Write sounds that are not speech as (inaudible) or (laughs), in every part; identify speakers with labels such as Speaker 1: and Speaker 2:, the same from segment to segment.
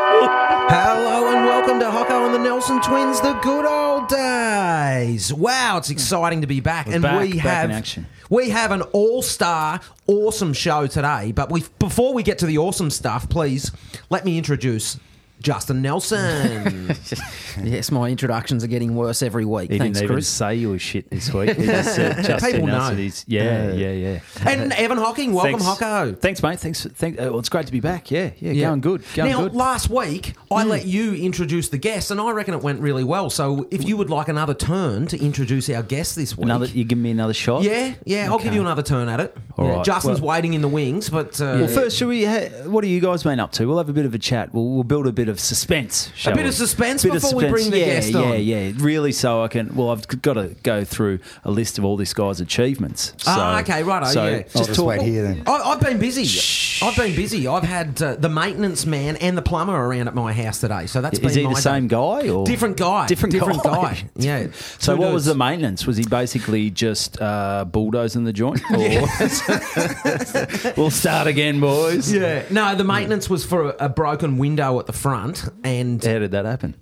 Speaker 1: Hello and welcome to Hocko and the Nelson Twins, the good old days. Wow, it's exciting to be back, and
Speaker 2: back,
Speaker 1: we
Speaker 2: back
Speaker 1: have
Speaker 2: in action.
Speaker 1: we have an all-star, awesome show today. But we before we get to the awesome stuff, please let me introduce Justin Nelson.
Speaker 3: (laughs) Yes, my introductions are getting worse every week.
Speaker 2: He
Speaker 3: Thanks,
Speaker 2: didn't even
Speaker 3: Chris.
Speaker 2: say your shit this
Speaker 1: (laughs)
Speaker 2: week. He just said Justin
Speaker 1: People
Speaker 2: Nelson
Speaker 1: know.
Speaker 2: is- yeah, yeah, yeah.
Speaker 1: and Evan Hocking, welcome,
Speaker 2: Thanks.
Speaker 1: Hocko.
Speaker 2: Thanks, mate. Thanks. Thank, uh, well, it's great to be back. Yeah, yeah.
Speaker 3: Yeah.
Speaker 2: Going good. Going
Speaker 1: now,
Speaker 2: good. Mm.
Speaker 1: last week I let you introduce the guest, and I reckon it went really well. So, if you would like another turn to introduce our guest this week,
Speaker 2: another. You give me another shot.
Speaker 1: Yeah, yeah. I'll give you another turn at it.
Speaker 2: All
Speaker 1: Yeah,
Speaker 2: right.
Speaker 1: Justin's
Speaker 2: Well-
Speaker 1: waiting in the wings, but uh,
Speaker 2: Well, first, should we? Ha- what have you guys been up to? We'll have a bit of a chat. We'll, we'll build a bit of suspense. shall
Speaker 1: bit of
Speaker 2: we?
Speaker 1: suspense before we bring the
Speaker 2: yeah,
Speaker 1: guest
Speaker 2: yeah,
Speaker 1: on.
Speaker 2: Yeah, Really, so I can. Well, I've got to go through a list of all this guy's achievements. So,
Speaker 1: Ah, okay, righto,
Speaker 2: So
Speaker 1: yeah.
Speaker 2: just
Speaker 1: I'll
Speaker 4: just
Speaker 2: talk-
Speaker 4: wait here then.
Speaker 1: I, I've been busy. I've been busy. I've had uh, the maintenance man and the plumber around at my house today, so that's
Speaker 2: Is
Speaker 1: been
Speaker 2: he the
Speaker 1: my
Speaker 2: same
Speaker 1: day.
Speaker 2: guy or
Speaker 1: Different guy.
Speaker 2: Different,
Speaker 1: Different guy.
Speaker 2: (laughs)
Speaker 1: Yeah.
Speaker 2: So
Speaker 1: Two
Speaker 2: what was
Speaker 1: dudes.
Speaker 2: the maintenance? Was he basically just uh, bulldozing the (laughs) joint? Or- (laughs) we'll start again, boys.
Speaker 1: Yeah. No, the maintenance was for a, a broken window at the front, and
Speaker 2: How did that happen?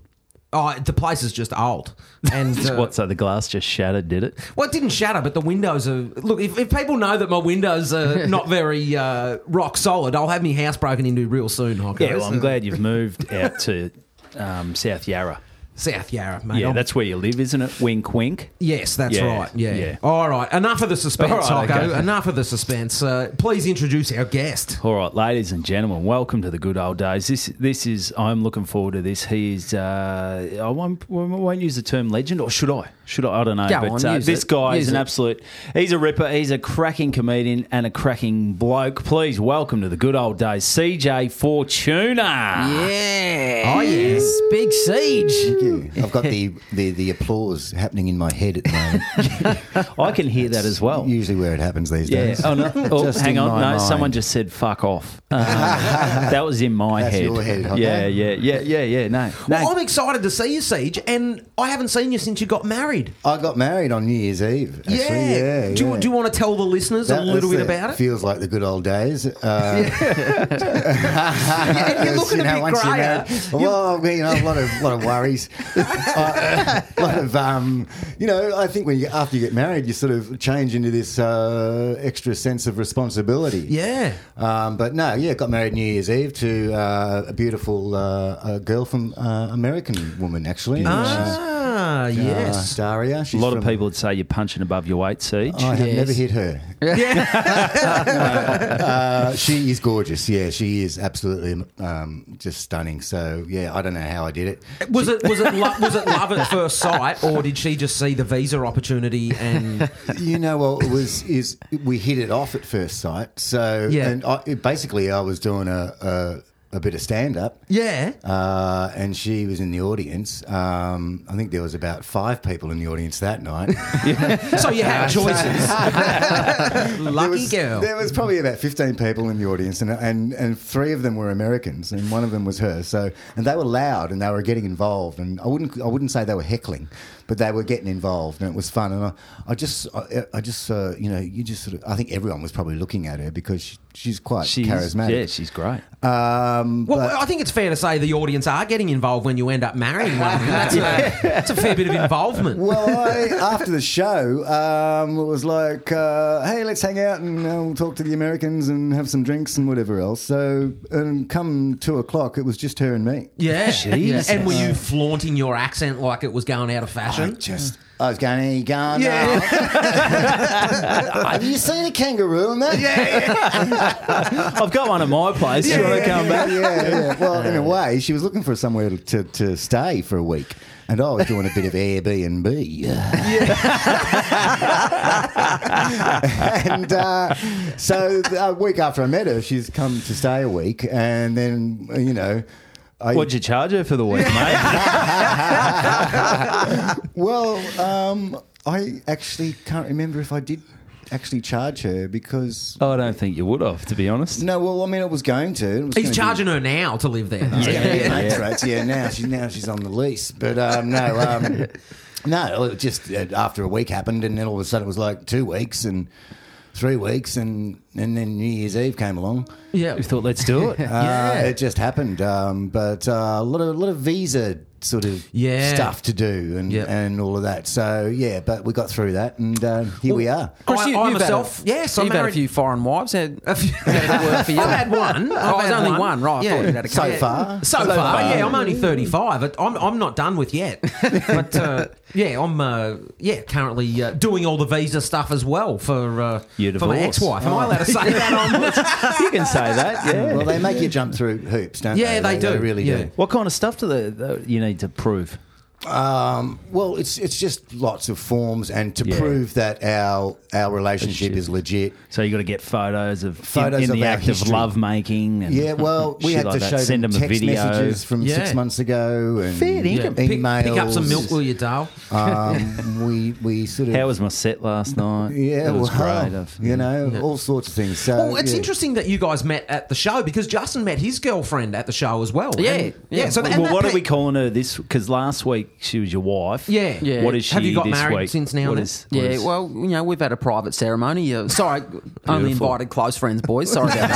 Speaker 1: oh, the place is just
Speaker 2: (laughs)
Speaker 1: old. And uh,
Speaker 2: what? So the glass just shattered, did it?
Speaker 1: Well, it didn't shatter, but the windows are. Look, if, if people know that my windows
Speaker 2: (laughs)
Speaker 1: are not very uh, rock solid, I'll have my house broken into real soon, Hocko.
Speaker 2: Yeah. Well, I'm glad you've moved out to um, South Yarra.
Speaker 1: Uh, South Yarra, mate.
Speaker 2: Yeah,
Speaker 1: I'm-
Speaker 2: that's where you live, isn't it? Wink, wink.
Speaker 1: Yes, that's
Speaker 2: Yeah,
Speaker 1: right. Yeah.
Speaker 2: yeah.
Speaker 1: All right. Enough of the suspense,
Speaker 2: All right,
Speaker 1: Hocko.
Speaker 2: okay.
Speaker 1: Enough of the suspense. Uh, please introduce our guest.
Speaker 2: All right, ladies and gentlemen, welcome to the good old days. This, this is. I'm looking forward to this. He is. Uh, I won't, I won't use the term legend, or should I? Should I? I don't know.
Speaker 3: Go
Speaker 2: but
Speaker 3: on,
Speaker 2: uh,
Speaker 3: use
Speaker 2: this
Speaker 3: it.
Speaker 2: guy
Speaker 3: Use
Speaker 2: is an
Speaker 3: it.
Speaker 2: absolute. He's a ripper. He's a cracking comedian and a cracking bloke. Please welcome to the good old days, CJ Fortuna.
Speaker 3: Yeah.
Speaker 1: Oh, yes.
Speaker 3: Big siege.
Speaker 4: Thank you. I've got the, the, the applause happening in my head at the
Speaker 1: (laughs)
Speaker 4: moment.
Speaker 2: I can hear that as well.
Speaker 4: Usually where it happens these
Speaker 2: Yeah.
Speaker 4: days.
Speaker 2: Oh
Speaker 3: (laughs)
Speaker 2: no. Oh,
Speaker 4: Just
Speaker 2: hang
Speaker 4: in
Speaker 2: on.
Speaker 4: my
Speaker 2: No,
Speaker 4: mind.
Speaker 2: someone just said "fuck off." Um, that was in my
Speaker 4: That's
Speaker 2: head.
Speaker 4: your head, okay.
Speaker 2: Yeah. Yeah. Yeah. Yeah. Yeah. No. No.
Speaker 1: Well, I'm excited to see you, Siege, and I haven't seen you since you got married.
Speaker 4: I got married on New Year's Eve. Actually. Yeah. yeah.
Speaker 1: Do, you, do you want to tell the listeners
Speaker 4: That-
Speaker 1: a little bit
Speaker 4: that's
Speaker 1: about
Speaker 2: (laughs)
Speaker 1: it?
Speaker 4: Feels like the good old
Speaker 1: (laughs)
Speaker 4: days. Uh,
Speaker 1: and (laughs) you're
Speaker 4: Yes,
Speaker 1: looking a bit
Speaker 4: once you're
Speaker 1: greyer.
Speaker 4: married- Well, I mean, a lot of lot of
Speaker 1: (laughs)
Speaker 4: worries, (laughs) a lot of um, you know. I think when you after you get married, you sort of change into this uh, extra sense of responsibility.
Speaker 1: Yeah.
Speaker 4: Um, but no, yeah, got married New Year's Eve to uh, a beautiful uh, a girl from uh, American woman actually. Uh,
Speaker 1: Ah, yes.
Speaker 4: Daria. She's
Speaker 2: A lot of
Speaker 4: from- Oh,
Speaker 2: people would say you're punching above your weight, Siege.
Speaker 4: I have
Speaker 3: Yes.
Speaker 4: never hit her. uh, she is gorgeous. Yeah, she is absolutely um, just stunning. So yeah, I don't know how I did it.
Speaker 1: (laughs) Was it was it lo- was it love at first sight, or did she just see the visa opportunity
Speaker 4: (laughs)
Speaker 1: and
Speaker 4: You know, well, it was is we hit it off at first sight. So
Speaker 1: Yeah.
Speaker 4: and I, it- basically, I was doing a a, a bit of stand up.
Speaker 1: yeah?
Speaker 4: Uh, and she was in the audience. Um, I think there was about five people in the audience that night.
Speaker 1: So you
Speaker 4: (laughs)
Speaker 1: had choices. Lucky
Speaker 4: There was-
Speaker 1: girl.
Speaker 4: There was probably about fifteen people in the audience, and, and and three of them were Americans, and one of them was her. So, and they were loud, and they were getting involved, and I wouldn't I wouldn't say they were heckling, but they were getting involved, and it was fun. And I, I just I, I just uh, you know you just sort of I think everyone was probably looking at her because she, she's quite
Speaker 2: She's Yeah,
Speaker 4: charismatic.
Speaker 2: she's great.
Speaker 4: Um,
Speaker 1: Well,
Speaker 4: but-
Speaker 1: I think it's fair to say the audience are getting involved when you end up marrying one. of them. That's, a, that's a fair bit of involvement.
Speaker 4: Well, I, after the show, um, it was like, uh, hey, let's hang out and uh, we'll talk to the Americans and have some drinks and whatever else. So, and come two o'clock, it was just her and me.
Speaker 1: yeah.
Speaker 2: Jesus.
Speaker 1: And were you flaunting your accent like it was going out of
Speaker 4: I
Speaker 1: fashion?
Speaker 4: just, I was going, hey, going (laughs)
Speaker 1: Yeah.
Speaker 4: have you seen a kangaroo in that?
Speaker 2: I've got one at my place. you want to come back?
Speaker 4: yeah, yeah. Well, in a way, she was looking for somewhere to, to stay for a week. And I was doing a bit of Airbnb. (laughs) and uh, so a week after I met her, she's come to stay a week. And then, you know, I,
Speaker 2: What'd you charge her for the week, (laughs) mate?
Speaker 4: well, um, I actually can't remember if I did actually charge her because.
Speaker 2: Oh, I don't think you would have, to be honest.
Speaker 4: No, well, I mean, it was going to. It was gonna
Speaker 1: He's
Speaker 4: be-
Speaker 1: charging her now to live there. though.
Speaker 4: Yeah,
Speaker 2: Yeah,
Speaker 4: yeah,
Speaker 2: yeah.
Speaker 4: that's right. Yeah, now she's now she's on the lease, but um, no,
Speaker 1: (laughs)
Speaker 4: um, no. It just uh, after a week happened, and then all of a sudden it was like two weeks, and three weeks, and and then New Year's Eve came along.
Speaker 1: Yeah.
Speaker 2: We thought, let's
Speaker 4: (laughs)
Speaker 2: do it. (laughs)
Speaker 4: Uh, it just happened. Um, but uh, a lot of lot of visa sort of
Speaker 1: Yeah.
Speaker 4: stuff to do and
Speaker 1: Yep.
Speaker 4: and all of that. So yeah, but we got through that, and uh, here we are.
Speaker 1: Chris,
Speaker 3: I-
Speaker 1: you,
Speaker 3: I
Speaker 1: you
Speaker 3: myself-
Speaker 1: myself. yes, I'm
Speaker 3: You've had a
Speaker 1: married.
Speaker 3: few foreign wives. Had,
Speaker 1: a
Speaker 3: (laughs)
Speaker 1: few-
Speaker 3: had to work for you.
Speaker 1: I've had one. I've
Speaker 3: Oh,
Speaker 1: had
Speaker 3: there's only one, right, I
Speaker 1: Yeah.
Speaker 3: thought you'd had a
Speaker 4: So
Speaker 3: couple.
Speaker 4: far,
Speaker 1: So, far, yeah, I'm only 35. I'm, I'm not done with
Speaker 3: (laughs)
Speaker 1: yet. But uh, yeah, I'm uh, yeah currently uh, doing all the visa stuff as well for uh,
Speaker 2: Your
Speaker 1: for my
Speaker 2: divorce.
Speaker 1: ex-wife. Am I
Speaker 3: Oh.
Speaker 1: allowed to say that on?
Speaker 3: (laughs)
Speaker 2: you can say that. Yeah.
Speaker 4: Well, they make you jump through hoops, don't
Speaker 1: Yeah,
Speaker 4: they?
Speaker 1: they do.
Speaker 4: really
Speaker 1: Yeah.
Speaker 4: do.
Speaker 2: what kind of stuff do they, though, you need to prove?
Speaker 4: Um, well, it's it's just lots of forms, and to
Speaker 2: Yeah.
Speaker 4: prove that our our relationship
Speaker 2: Shit.
Speaker 4: is legit.
Speaker 2: So you got to get photos of
Speaker 4: Photos
Speaker 2: in, in
Speaker 4: of
Speaker 2: the
Speaker 4: our
Speaker 2: act
Speaker 4: history.
Speaker 2: of love making. And (laughs)
Speaker 4: Yeah, well, we
Speaker 2: shit
Speaker 4: had
Speaker 2: like
Speaker 4: to
Speaker 2: that.
Speaker 4: show
Speaker 2: send
Speaker 4: them,
Speaker 2: them a
Speaker 4: text
Speaker 2: video.
Speaker 4: messages from
Speaker 1: Yeah.
Speaker 4: six months ago, and
Speaker 2: Fair
Speaker 1: Yeah,
Speaker 2: dinkum.
Speaker 1: pick, pick up some
Speaker 4: Emails.
Speaker 1: milk, will you, Dale?
Speaker 2: (laughs)
Speaker 4: um, we we sort of
Speaker 2: How was my set last night?
Speaker 4: yeah,
Speaker 2: it was
Speaker 4: well, (laughs)
Speaker 2: great. I've-
Speaker 4: you know, all sorts of things. So
Speaker 3: Oh,
Speaker 1: Well, Oh, it's
Speaker 4: yeah.
Speaker 1: interesting that you guys met at the show because Justin met his girlfriend at the show as well.
Speaker 3: Yeah,
Speaker 1: And-
Speaker 3: yeah.
Speaker 1: So
Speaker 2: Well,
Speaker 1: and that
Speaker 2: what are
Speaker 1: pe-
Speaker 2: we calling her this? Because last week she was your wife.
Speaker 1: Yeah.
Speaker 3: Yeah.
Speaker 2: What is she?
Speaker 1: Have you got
Speaker 2: this
Speaker 1: married
Speaker 2: week?
Speaker 1: since now
Speaker 2: What
Speaker 1: then?
Speaker 2: is- what
Speaker 3: Yeah,
Speaker 2: is-
Speaker 3: well, you know, we've had a private ceremony. Uh, sorry, only
Speaker 2: Beautiful.
Speaker 3: invited close friends, boys. Sorry about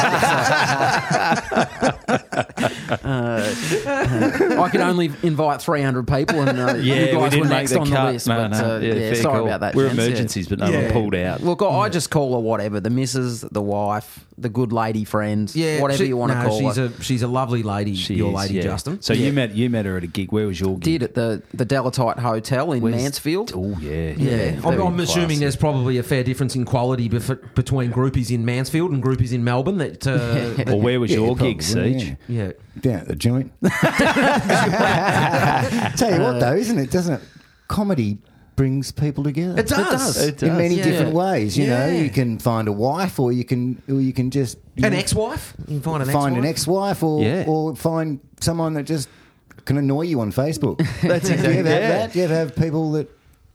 Speaker 3: (laughs) that. uh, I could only invite 300 people, and (laughs)
Speaker 2: (laughs)
Speaker 3: uh,
Speaker 2: yeah,
Speaker 3: you guys
Speaker 2: we didn't
Speaker 3: were
Speaker 2: make
Speaker 3: next
Speaker 2: the
Speaker 3: on
Speaker 2: cut.
Speaker 3: the list.
Speaker 2: No,
Speaker 3: but,
Speaker 2: no,
Speaker 3: uh,
Speaker 2: yeah,
Speaker 3: yeah,
Speaker 2: fair
Speaker 3: sorry
Speaker 2: call.
Speaker 3: about that.
Speaker 2: We're
Speaker 3: gents, yeah.
Speaker 2: emergencies, but no one
Speaker 1: Yeah.
Speaker 2: pulled out.
Speaker 3: Look, I, I just call her whatever the missus, the wife, the good lady friend,
Speaker 1: Yeah,
Speaker 3: whatever
Speaker 1: she-
Speaker 3: you want to
Speaker 1: no,
Speaker 3: call
Speaker 1: she's
Speaker 3: her.
Speaker 1: a she's a lovely lady,
Speaker 2: She
Speaker 1: your
Speaker 2: is,
Speaker 1: lady
Speaker 2: yeah.
Speaker 1: Justin.
Speaker 2: So you met you met her at a gig. Where was your gig?
Speaker 3: Did at the, the Dalatite Hotel in
Speaker 2: Where's-
Speaker 3: Mansfield.
Speaker 2: Oh yeah,
Speaker 1: Yeah, I'm,
Speaker 2: Very
Speaker 1: I'm assuming
Speaker 2: classy.
Speaker 1: there's probably a fair difference in quality bef- between groupies in Mansfield and groupies in Melbourne. That
Speaker 2: (laughs)
Speaker 1: uh, that-
Speaker 2: Well, where was
Speaker 4: Yeah,
Speaker 2: your
Speaker 4: probably,
Speaker 2: gig, Siege?
Speaker 4: yeah.
Speaker 1: yeah,
Speaker 4: down at the
Speaker 2: (laughs)
Speaker 4: joint. (laughs) Tell you what, though, isn't it? Doesn't it? Comedy brings people together.
Speaker 1: It does. It does.
Speaker 2: It
Speaker 4: in
Speaker 2: does.
Speaker 4: many
Speaker 3: Yeah.
Speaker 4: different ways. You know,
Speaker 1: Yeah.
Speaker 4: you can find a wife, or you can, or you can just you
Speaker 1: an
Speaker 4: know,
Speaker 1: ex-wife. You can find an
Speaker 4: find
Speaker 1: ex-wife.
Speaker 4: an ex-wife, or
Speaker 2: Yeah.
Speaker 4: or find someone that just can annoy you on (laughs) Facebook.
Speaker 2: That's
Speaker 4: Do
Speaker 2: exactly-
Speaker 4: you ever have
Speaker 2: yeah.
Speaker 4: that? Do you ever have people that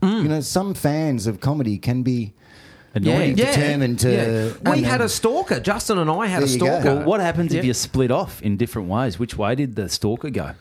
Speaker 4: you know? Some fans of comedy can be.
Speaker 2: Annoying.
Speaker 4: Yeah. determined to-
Speaker 1: Yeah. We
Speaker 4: and-
Speaker 1: had a stalker. Justin and I had a
Speaker 4: There you go.
Speaker 1: stalker.
Speaker 2: Well, what happens if
Speaker 3: Yeah.
Speaker 2: you split off in different ways? Which way did the stalker go?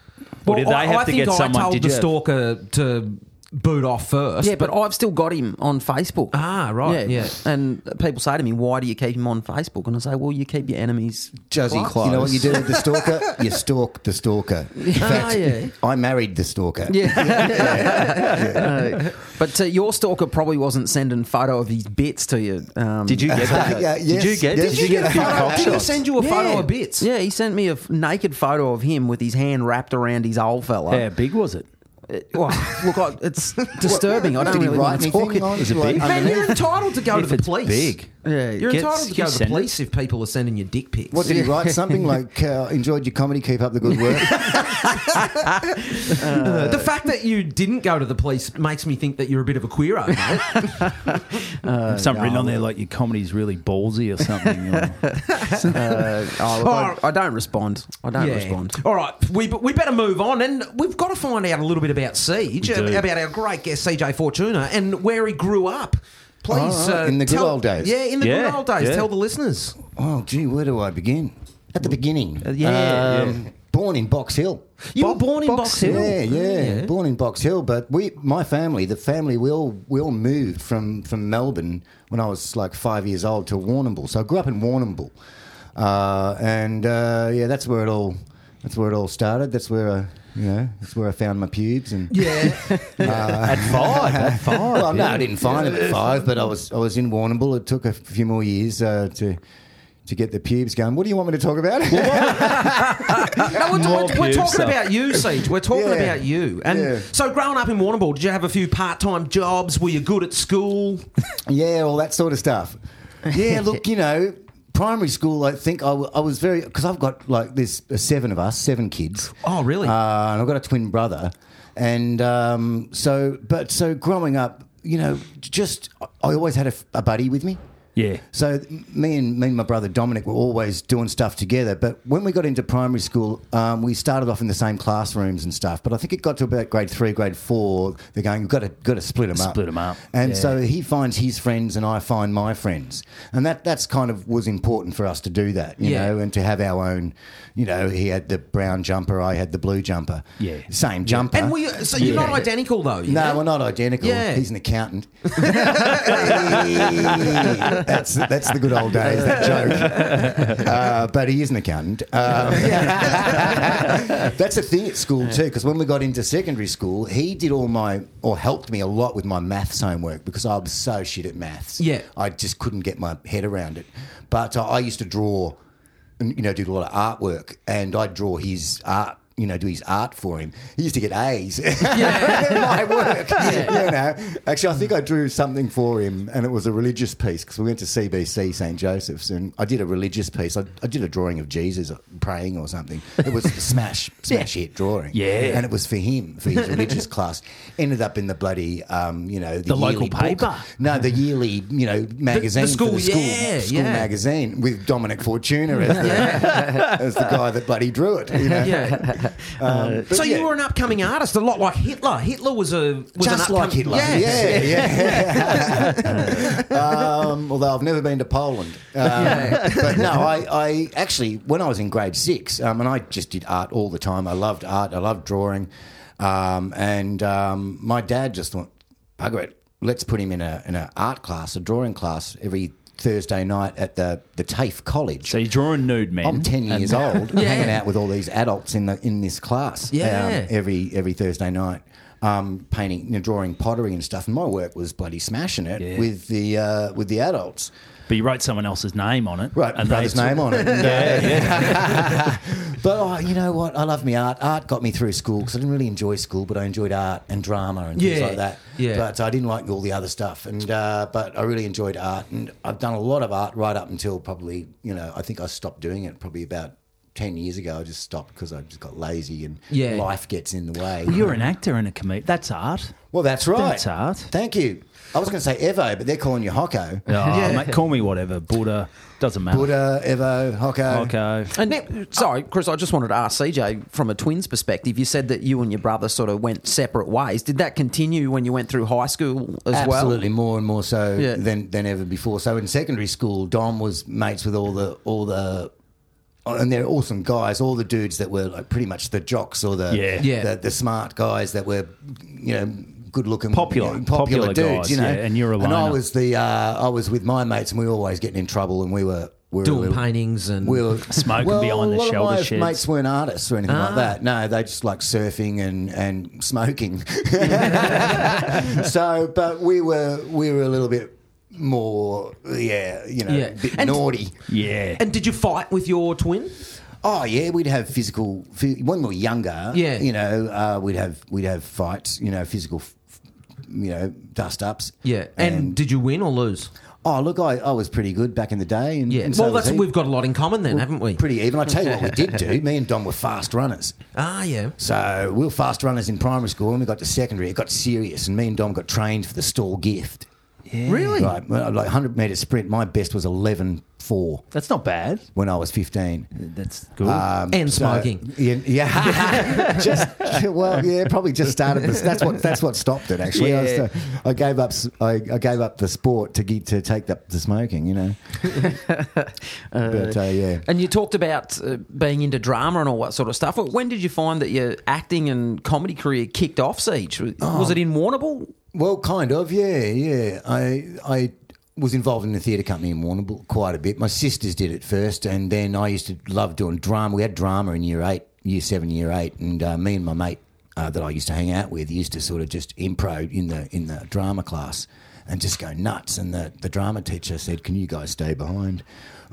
Speaker 2: or did they
Speaker 1: I,
Speaker 2: have
Speaker 1: I
Speaker 2: to
Speaker 1: think
Speaker 2: get
Speaker 1: I
Speaker 2: someone?
Speaker 1: told
Speaker 2: did
Speaker 1: the
Speaker 2: you have-
Speaker 1: stalker to boot off first.
Speaker 3: Yeah, but I've still got him on Facebook.
Speaker 1: Ah, right, yeah.
Speaker 3: And people say to me, why do you keep him on Facebook? And I say, well, you keep your enemies.
Speaker 4: Juzzy
Speaker 3: close.
Speaker 4: You know what you do with the stalker? (laughs) you stalk the stalker. In fact,
Speaker 3: yeah.
Speaker 4: I married the stalker.
Speaker 3: (laughs) Yeah. but uh, your stalker probably wasn't sending photo of his bits to you. Um,
Speaker 2: Did you get that?
Speaker 4: (laughs) Yeah, yes,
Speaker 2: did you get?
Speaker 4: yes,
Speaker 2: did
Speaker 4: you
Speaker 2: you
Speaker 4: get
Speaker 2: get a few
Speaker 4: a photo.
Speaker 2: cock
Speaker 1: Did he
Speaker 2: shots?
Speaker 1: send you a photo
Speaker 3: Yeah.
Speaker 1: of bits?
Speaker 3: Yeah, he sent me a f- naked photo of him with his hand wrapped around his old fella.
Speaker 2: How big was it?
Speaker 3: It- well, look, I, it's disturbing. I don't
Speaker 4: Did he
Speaker 3: really
Speaker 4: write
Speaker 3: want to talk.
Speaker 4: anything on
Speaker 2: Is it
Speaker 4: like,
Speaker 2: big?
Speaker 1: Man,
Speaker 2: (laughs)
Speaker 4: underneath?
Speaker 1: you're entitled to go
Speaker 2: If
Speaker 1: to the
Speaker 2: it's
Speaker 1: police.
Speaker 2: big.
Speaker 3: Yeah,
Speaker 1: you're
Speaker 2: Gets-
Speaker 1: entitled to
Speaker 2: you
Speaker 1: go to the
Speaker 2: send it?
Speaker 1: police if people are sending you dick pics.
Speaker 4: What did he write? Something like uh, "Enjoyed your comedy, keep up the good work." Uh,
Speaker 1: Uh, the fact that you didn't go to the police makes me think that you're a bit of a queero.
Speaker 4: (laughs)
Speaker 1: Mate.
Speaker 2: Something written on there like your comedy's really ballsy or something. or-
Speaker 3: Uh, oh, look, I, I don't respond. I don't
Speaker 1: Yeah.
Speaker 3: respond.
Speaker 1: All right, we, we better move on, and we've got to find out a little bit about Siege, uh,
Speaker 2: We do.
Speaker 1: about our great guest CJ Fortuna, and where he grew up. Please,
Speaker 4: All right,
Speaker 1: uh,
Speaker 4: in the good
Speaker 1: tell-
Speaker 4: old days.
Speaker 1: Yeah, in the good
Speaker 2: Yeah,
Speaker 1: old days.
Speaker 2: yeah.
Speaker 1: Tell the listeners.
Speaker 4: oh, gee, where do I begin? At the beginning.
Speaker 2: yeah, yeah.
Speaker 4: Born in Box Hill.
Speaker 1: Uh, You were born in Box, Hill.
Speaker 4: Yeah, yeah, Born in Box Hill, but we, my family, the family, we all we all moved from from Melbourne when I was like five years old to Warrnambool. So I grew up in Warrnambool, uh, and uh, yeah, that's where it all that's where it all started. That's where I, you know that's where I found my pubes and
Speaker 1: Yeah.
Speaker 2: at five, at (laughs) five.
Speaker 4: well, no,
Speaker 2: yeah.
Speaker 4: I didn't find them at five, but I was I was in Warrnambool. It took a few more years uh, to to get the pubes going. What do you want me to talk about?
Speaker 1: (laughs) No, we're,
Speaker 2: More
Speaker 1: we're- we're
Speaker 2: pubes
Speaker 1: talking
Speaker 2: up.
Speaker 1: about you, Siege. We're talking
Speaker 4: uh, Yeah.
Speaker 1: about you. And
Speaker 4: Yeah.
Speaker 1: so, growing up in Warrnambool, did you have a few part-time jobs? Were you good at
Speaker 4: (laughs)
Speaker 1: school?
Speaker 4: (laughs) yeah, all that sort of stuff. Yeah, look, you know. Primary school, I think I, w- I was very because I've got like there's uh, seven of us, seven kids.
Speaker 1: Oh, really?
Speaker 4: Uh, and I've got a twin brother, and um, so but so growing up, you know, j- just I I always had a f a a buddy with me.
Speaker 2: (laughs) Yeah.
Speaker 4: So me and me and my brother Dominic were always doing stuff together. But when we got into primary school, um, we started off in the same classrooms and stuff. But I think it got to about grade three, grade four. They're going, you've got to got to split them up.
Speaker 2: Split 'em up.
Speaker 4: And
Speaker 2: Yeah.
Speaker 4: so he finds his friends, and I find my friends, and that that's kind of was important for us to do that, you
Speaker 1: Yeah.
Speaker 4: know, and to have our own. You know, he had the brown jumper, I had the blue jumper.
Speaker 2: Yeah.
Speaker 4: Same jumper.
Speaker 1: and were you, so you're not identical though. you
Speaker 4: No,
Speaker 1: know? (laughs)
Speaker 4: we're not identical.
Speaker 1: Yeah.
Speaker 4: He's an accountant. That's that's the good old days. That joke. Uh, but he is an accountant. Um, (laughs) that's a thing at school too. Because when we got into secondary school, he did all my or helped me a lot with my maths homework because I was so shit at maths.
Speaker 1: Yeah.
Speaker 4: I just couldn't get my head around it. But uh, I used to draw, and you know, do a lot of artwork, and I'd draw his art. You know, do his art for him. He used to get A's (laughs) in my work. You know, actually, I think I drew something for him, and it was a religious piece because we went to CBC St Joseph's, and I did a religious piece. I, I did a drawing of Jesus uh, praying or something. It was a smash, smash hit drawing.
Speaker 2: Yeah.
Speaker 4: and it was for him for his religious class. Ended up in the bloody, um, you know, the,
Speaker 2: The local
Speaker 4: yearly book.
Speaker 2: paper.
Speaker 4: No, the yearly, you know, magazine for
Speaker 1: school,
Speaker 4: the school,
Speaker 1: yeah,
Speaker 4: school
Speaker 1: yeah.
Speaker 4: magazine with Dominic Fortuna as
Speaker 1: (laughs)
Speaker 4: the, as the guy that bloody drew it. You know? (laughs)
Speaker 1: Yeah.
Speaker 4: Um, but
Speaker 1: so
Speaker 4: yeah,
Speaker 1: you were an upcoming artist, a lot like Hitler. Hitler was a was
Speaker 4: just
Speaker 1: an
Speaker 4: like
Speaker 1: upcoming,
Speaker 4: Hitler.
Speaker 1: Yeah.
Speaker 4: Yeah, yeah.
Speaker 1: (laughs)
Speaker 4: um, although I've never been to Poland. Um, But no, I, I actually, when I was in grade six, um, and I just did art all the time. I loved art. I loved drawing. Um, and um, my dad just thought, bugger it, let's put him in a in an art class, a drawing class every Thursday night at the the TAFE College.
Speaker 2: So you're drawing nude men.
Speaker 4: I'm ten
Speaker 2: (laughs)
Speaker 4: years
Speaker 2: and-
Speaker 4: old,
Speaker 1: Yeah.
Speaker 4: hanging out with all these adults in the in this class. um,
Speaker 1: Yeah.
Speaker 4: every every Thursday night, um, painting, you know, drawing pottery and stuff. And my work was bloody smashing it
Speaker 2: Yeah.
Speaker 4: with the uh, with the adults.
Speaker 2: But you wrote someone else's name on it.
Speaker 4: Right,
Speaker 2: and
Speaker 4: and
Speaker 2: they
Speaker 4: brother's
Speaker 2: took-
Speaker 4: name on it. And, uh,
Speaker 2: (laughs) Yeah, yeah.
Speaker 4: (laughs) but oh, you know what? I love me art. Art got me through school because I didn't really enjoy school, but I enjoyed art and drama and things
Speaker 1: Yeah,
Speaker 4: like that.
Speaker 1: yeah.
Speaker 4: But I didn't like all the other stuff. And uh, but I really enjoyed art, and I've done a lot of art right up until probably you know I think I stopped doing it probably about. 10 years ago, I just stopped because I just got lazy and
Speaker 1: Yeah.
Speaker 4: life gets in the way.
Speaker 2: You're an actor and a comedian.
Speaker 4: (laughs)
Speaker 2: That's art.
Speaker 4: well, that's right.
Speaker 2: That's art.
Speaker 4: Thank you. I was going to say Evo, but they're calling you Hocko.
Speaker 2: Oh, mate, call me whatever. Buddha. Doesn't matter.
Speaker 4: Buddha, Evo, Hocko.
Speaker 2: Okay.
Speaker 3: And now- sorry, Chris, I just wanted to ask CJ from a twins perspective. You said that you and your brother sort of went separate ways. Did that continue when you went through high school as well?
Speaker 4: Absolutely, more and more so
Speaker 3: Yeah.
Speaker 4: than than ever before. So in secondary school, Dom was mates with all the all the. And they're awesome guys. All the dudes that were like pretty much the jocks or the
Speaker 2: Yeah.
Speaker 1: Yeah.
Speaker 4: The, the smart guys that were, you know, good looking,
Speaker 2: Popular-
Speaker 4: popular,
Speaker 2: popular
Speaker 4: dudes.
Speaker 2: guys,
Speaker 4: you know,
Speaker 2: yeah, and you're a
Speaker 4: And I
Speaker 2: loner.
Speaker 4: was the uh, I was with my mates, and we were always getting in trouble, and we were we were
Speaker 1: Doing
Speaker 4: we were-
Speaker 1: paintings and
Speaker 4: we were
Speaker 2: Smoking
Speaker 4: well,
Speaker 2: behind
Speaker 4: a
Speaker 2: the
Speaker 4: lot
Speaker 2: shoulder
Speaker 4: of my
Speaker 2: sheds.
Speaker 4: mates weren't artists or anything
Speaker 1: Ah.
Speaker 4: like that. No, they just like surfing and and smoking.
Speaker 1: (laughs)
Speaker 4: so, but we were we were a little bit more, yeah, you know,
Speaker 1: Yeah.
Speaker 4: a bit
Speaker 1: And-
Speaker 4: naughty.
Speaker 2: Yeah.
Speaker 1: and did you fight with your twin?
Speaker 4: Oh yeah, we'd have physical phy- when we were younger.
Speaker 1: Yeah.
Speaker 4: you know, uh, we'd have we'd have fights. You know, physical. f- You know, dust ups.
Speaker 1: Yeah. And, did you win or lose?
Speaker 4: oh, look, I, I was pretty good back in the day. And,
Speaker 1: Yeah.
Speaker 4: and so
Speaker 1: well,
Speaker 4: was
Speaker 1: that's
Speaker 4: he.
Speaker 1: we've got a lot in common then, haven't we?
Speaker 4: pretty even. I tell you what, we did
Speaker 1: (laughs)
Speaker 4: do. Me and Dom were fast runners.
Speaker 1: ah, yeah.
Speaker 4: So we were fast runners in primary school. When we got to secondary, it got serious, and me and Dom got trained for the stall gift.
Speaker 1: Really?
Speaker 4: Right, well, like 100 metre sprint, my best was 11.4
Speaker 2: That's not bad.
Speaker 4: when I was 15.
Speaker 2: That's good.
Speaker 4: Um,
Speaker 1: And
Speaker 4: so-
Speaker 1: smoking.
Speaker 4: yeah, yeah. (laughs) just well, yeah, probably just started. This. That's what that's what stopped it. Actually, I, was,
Speaker 2: Yeah.
Speaker 4: uh, I gave up. s- I, I gave up the sport to get to take up the smoking. You
Speaker 2: (laughs)
Speaker 4: know, but uh, yeah,
Speaker 3: And you talked about uh, being into drama and all that sort of stuff. When did you find that your acting and comedy career kicked off, Siege? Was it in Warrnambool?
Speaker 4: Well, kind of, yeah, yeah. I I was involved in the theatre company in Warrnambool quite a bit. My sisters did it first, and then I used to love doing drama. We had drama in year eight, year seven, year eight, and uh, me and my mate uh, that I used to hang out with used to sort of just improv in the in the drama class and just go nuts. And the, the drama teacher said, "Can you guys stay behind?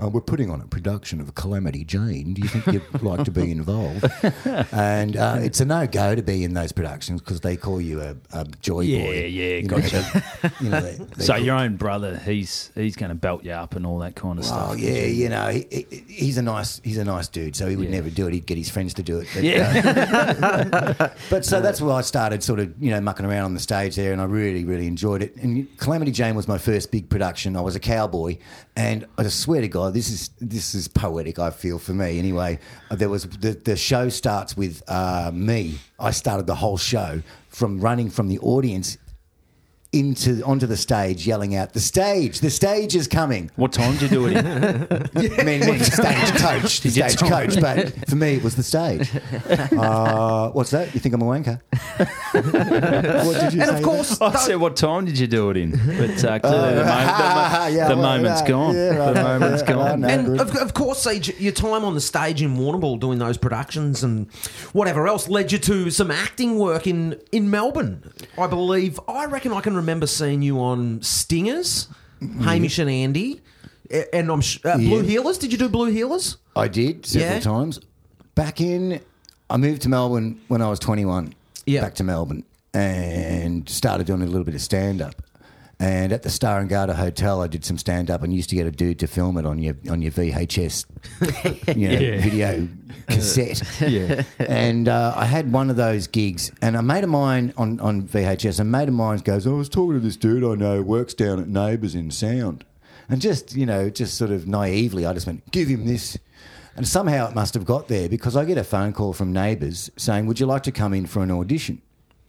Speaker 4: Uh, we're putting on a production of Calamity Jane. Do you think you'd like to be involved?" And uh, it's a no go to be in those productions because they call you a, a joy
Speaker 2: Yeah,
Speaker 4: boy.
Speaker 2: yeah,
Speaker 4: You know,
Speaker 2: gotcha.
Speaker 4: you know,
Speaker 2: (laughs)
Speaker 4: they- they
Speaker 2: so
Speaker 4: call-
Speaker 2: your own brother, he's he's going to belt you up and all that kind of
Speaker 4: Oh
Speaker 2: stuff.
Speaker 4: yeah, you know he, he- he's a nice he's a nice dude, so he would never do it. He'd get his friends to do it. But, uh,
Speaker 2: Yeah. (laughs)
Speaker 4: but so that's where I started sort of, you know, mucking around on the stage there and I really, really enjoyed it. And Calamity Jane was my first big production. I was a cowboy and I just swear to God, this is this is poetic, I feel, for me anyway. There was the, the show starts with uh, me. I started the whole show from running from the audience into onto the stage, yelling out, "The stage! The stage is coming!"
Speaker 2: What time did you do
Speaker 4: (laughs)
Speaker 2: it in?
Speaker 4: I mean, well, the stage
Speaker 2: (laughs)
Speaker 4: coach, the
Speaker 2: Did you
Speaker 4: stage
Speaker 2: tell
Speaker 4: coach, but for me, it was the
Speaker 2: (laughs)
Speaker 4: stage. Uh, what's that? You think I'm a
Speaker 1: (laughs)
Speaker 4: wanker? what did you
Speaker 1: And
Speaker 4: say
Speaker 1: of course,
Speaker 2: I
Speaker 1: tho-
Speaker 2: said, what time did you do it in? But uh, clearly
Speaker 4: (laughs) yeah,
Speaker 2: the, moment, the, mo- the
Speaker 4: well,
Speaker 2: moment's
Speaker 4: yeah,
Speaker 2: gone.
Speaker 4: yeah, right,
Speaker 2: the
Speaker 4: yeah,
Speaker 2: moment's
Speaker 4: well,
Speaker 2: gone.
Speaker 4: no.
Speaker 1: and
Speaker 4: good.
Speaker 1: of, of course, Sage, your time on the stage in Warrnambool doing those productions and whatever else led you to some acting work in, in Melbourne. I believe, I reckon I can remember seeing you on Stingers, Hamish and Andy, a- and I'm sh- uh, Blue
Speaker 4: Mm-hmm. Yeah.
Speaker 1: Healers. Did you do Blue Healers?
Speaker 4: I did several
Speaker 1: Yeah.
Speaker 4: times. Back in, I moved to Melbourne when I was 21.
Speaker 1: Yeah.
Speaker 4: Back to Melbourne and started doing a little bit of stand up. And at the Star and Garter Hotel, I did some stand up and used to get a dude to film it on your on your VHS, (laughs) you
Speaker 1: (laughs)
Speaker 4: know,
Speaker 2: Yeah.
Speaker 4: video cassette.
Speaker 2: Yeah.
Speaker 4: (laughs) And uh, I had one of those gigs, and a mate of mine on, on VHS, a mate of mine goes, "Oh, I was talking to this dude I know works down at Neighbours in Sound. And just, you know, just sort of naively, I just went, give him this. And somehow it must have got there because I get a phone call from Neighbours saying, Would you like to come in for an audition?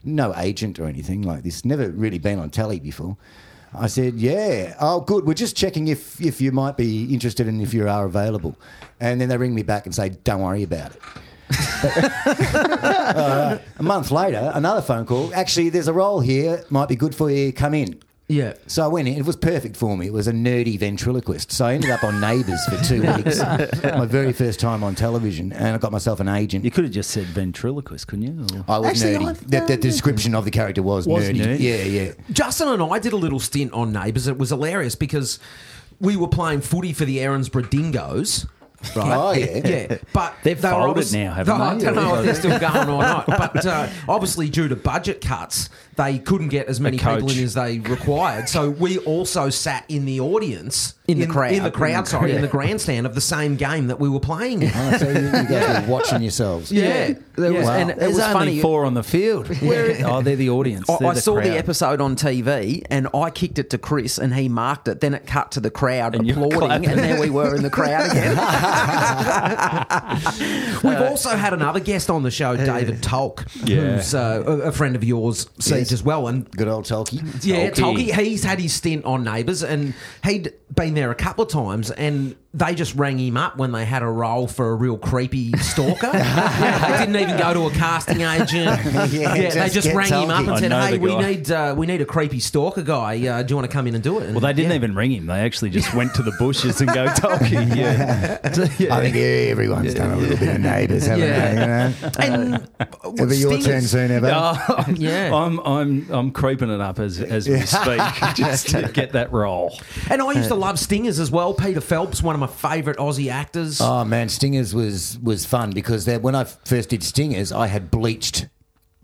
Speaker 4: No agent or anything like this, never really been on telly before. I said, "Yeah, oh, good. We're just checking if if you might be interested and if you are available." And then they ring me back and say, "Don't worry about it." A month later, another phone call. Actually, there's a role here. Might be good for you. Come in.
Speaker 1: Yeah.
Speaker 4: So I went in. It was perfect for me. It was a nerdy ventriloquist. So I ended up on Neighbours for two weeks. My very first time on television, and I got myself an agent.
Speaker 2: You could have just said ventriloquist, couldn't you? Or-
Speaker 4: I was
Speaker 1: Actually,
Speaker 4: nerdy.
Speaker 1: I've-
Speaker 4: That, that description of the character was,
Speaker 2: Was
Speaker 4: nerdy.
Speaker 2: nerdy.
Speaker 4: Yeah, yeah.
Speaker 1: Justin and I did a little stint on Neighbours. It was hilarious because we were playing footy for the Erinsborough Dingoes. Right.
Speaker 4: Oh, yeah.
Speaker 1: yeah. But
Speaker 2: They've
Speaker 1: they were
Speaker 2: folded
Speaker 1: obvious-
Speaker 2: now, haven't
Speaker 1: I
Speaker 2: they?
Speaker 1: don't know if they're still going or not. But uh, obviously, due to budget cuts, they couldn't get as many people
Speaker 2: coach.
Speaker 1: in as they required. So we also sat in the audience
Speaker 3: In the crowd.
Speaker 1: in the crowd,
Speaker 3: In the
Speaker 1: sorry, in
Speaker 3: crowd.
Speaker 1: the grandstand of the same game that we were
Speaker 4: (laughs)
Speaker 1: playing. in.
Speaker 4: Oh, so you, you guys were watching yourselves.
Speaker 1: Yeah.
Speaker 3: There was,
Speaker 1: Yeah.
Speaker 3: and it
Speaker 2: There's
Speaker 3: was
Speaker 2: only
Speaker 3: funny.
Speaker 2: four on the field. Where is- oh, they're the audience.
Speaker 3: I,
Speaker 2: They're
Speaker 3: I saw the
Speaker 2: crowd.
Speaker 3: episode on TV and I kicked it to Chris and he marked it. Then it cut to the crowd
Speaker 2: And you were
Speaker 3: applauding,
Speaker 2: clapping.
Speaker 3: and there we were in the crowd again.
Speaker 1: We've also had another guest on the show, David Tolk,
Speaker 2: Yeah.
Speaker 1: who's uh, a, a friend of yours, Siege,
Speaker 4: Yes.
Speaker 1: as well. And
Speaker 4: Good old Tolkien.
Speaker 1: Yeah,
Speaker 2: Tolkien.
Speaker 1: Tolkien. He's had his stint on Neighbours, and he'd been there a couple of times, and they just rang him up when they had a role for a real creepy stalker.
Speaker 4: (laughs)
Speaker 1: yeah, they didn't even go to a casting agent. yeah, they
Speaker 4: just
Speaker 1: just
Speaker 4: get
Speaker 1: rang him up
Speaker 4: Tolkien.
Speaker 1: and
Speaker 2: I
Speaker 1: said,
Speaker 2: know
Speaker 1: "Hey,
Speaker 2: the
Speaker 1: we
Speaker 2: guy."
Speaker 1: need uh, we need a creepy stalker guy. Uh, do you want to come in and do it?" And
Speaker 2: Well, they didn't
Speaker 1: yeah.
Speaker 2: even ring him. They actually just went to the bushes and go talking. Yeah. So, (laughs) yeah.
Speaker 4: I think everyone's done a little bit of neighbours, haven't they? You
Speaker 1: Yeah.
Speaker 4: know?
Speaker 1: And
Speaker 2: Uh,
Speaker 1: (laughs)
Speaker 4: It'll be your
Speaker 1: Stingers-
Speaker 4: turn soon, Evo.
Speaker 2: Oh, I'm,
Speaker 1: Yeah.
Speaker 2: I'm I'm I'm creeping it up as as we speak just to get that role.
Speaker 1: And I used to love Stingers as well. Peter Phelps, one of my favourite Aussie actors.
Speaker 4: Oh man, Stingers was was fun because that when I first did Stingers, I had bleached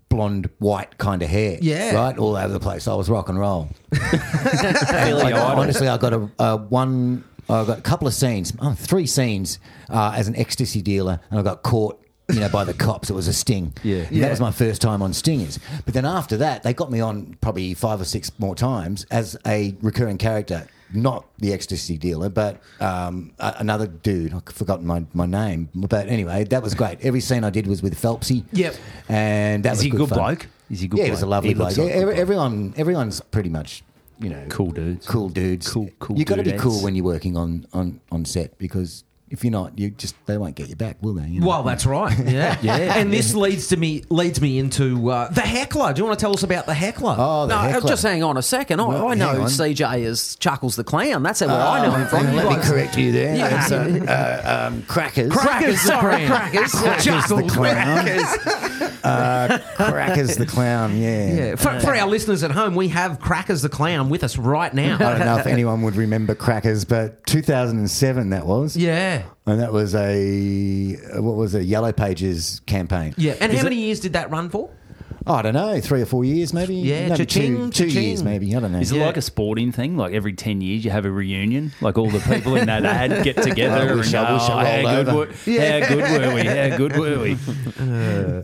Speaker 4: blonde white kind of hair.
Speaker 1: Yeah.
Speaker 4: right, all over the place. I was rock and roll.
Speaker 2: Billy
Speaker 4: I got-
Speaker 2: Idol.
Speaker 4: honestly, I got a, a one. I got a couple of scenes, oh, three scenes uh, as an ecstasy dealer, and I got caught. You know, by the cops, it was a sting.
Speaker 2: Yeah.
Speaker 4: And that was my first time on stingers. But then after that, they got me on probably five or six more times as a recurring character, not the ecstasy dealer, but um, a- another dude. I've forgotten my, my name, but anyway, that was great. Every scene I did was with Phelpsy.
Speaker 1: Yep.
Speaker 4: and that
Speaker 2: Is
Speaker 4: was
Speaker 2: he a good
Speaker 4: fun.
Speaker 2: bloke? Is he a good
Speaker 4: Yeah, he
Speaker 2: bloke?
Speaker 4: was a lovely
Speaker 2: He
Speaker 4: bloke.
Speaker 2: looks
Speaker 4: Yeah,
Speaker 2: like a good
Speaker 4: every-
Speaker 2: bloke.
Speaker 4: everyone, everyone's pretty much, you know,
Speaker 2: Cool dudes.
Speaker 4: cool dudes.
Speaker 2: Cool- cool
Speaker 4: You got to be
Speaker 2: dudettes.
Speaker 4: cool when you're working on, on, on set because if you're not, you just they won't get you back, will they? You know?
Speaker 1: Well, that's right. Yeah, yeah. And this leads to me leads me into uh, the heckler. Do you want to tell us about the heckler?
Speaker 4: oh, the
Speaker 3: no,
Speaker 4: heckler.
Speaker 3: just hang on a second. I,
Speaker 4: Well,
Speaker 3: I know
Speaker 4: hang on.
Speaker 3: CJ as Chuckles the Clown. That's where I know
Speaker 4: Oh,
Speaker 3: him from. You
Speaker 4: Let me
Speaker 3: guys-
Speaker 4: correct you there. That's, uh, uh, um, crackers.
Speaker 1: Crackers, sorry, crackers,
Speaker 4: Crackers the
Speaker 1: (laughs) Chuckles.
Speaker 4: clown. Uh, crackers the clown. Yeah.
Speaker 1: Yeah. For, for our listeners at home, we have Crackers the Clown with us right
Speaker 4: I
Speaker 1: now.
Speaker 4: don't know if anyone would remember crackers, but 2007 that was.
Speaker 1: Yeah,
Speaker 4: And that was a uh, what was a Yellow Pages campaign.
Speaker 1: yeah. And how many years did that run for?
Speaker 4: I don't know, three or four years maybe.
Speaker 1: Yeah,
Speaker 4: maybe
Speaker 1: cha-ching,
Speaker 4: two, two
Speaker 1: cha-ching.
Speaker 4: years maybe. I don't know.
Speaker 2: Is it
Speaker 1: Yeah.
Speaker 2: like a sporting thing? Like every ten years, you have a reunion. Like all the people in that ad get
Speaker 4: (laughs)
Speaker 2: together.
Speaker 4: I wish
Speaker 2: and
Speaker 4: I-
Speaker 2: go, "Oh,
Speaker 4: wish I
Speaker 2: how
Speaker 4: rolled
Speaker 2: good,
Speaker 4: over."
Speaker 2: were, how good were we? How good were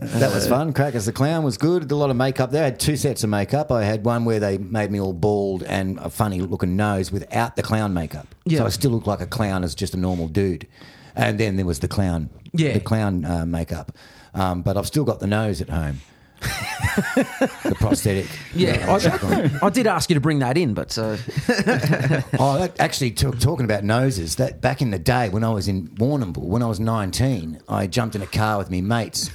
Speaker 4: (laughs)
Speaker 2: we?
Speaker 4: that was fun. Crackers the Clown was good. Did A lot of makeup. They had two sets of makeup. I had one where they made me all bald and a funny looking nose without the clown makeup.
Speaker 1: Yeah.
Speaker 4: So I still looked like a clown as just a normal dude. And then there was the clown,
Speaker 1: Yeah.
Speaker 4: the clown uh, makeup. Um, but I've still got the nose at home. the prosthetic.
Speaker 3: Yeah, I, I did ask you to bring that in, but uh,
Speaker 4: Oh, that actually took talking about noses. That back in the day when I was in Warrnambool, when I was nineteen, I jumped in a car with me mates.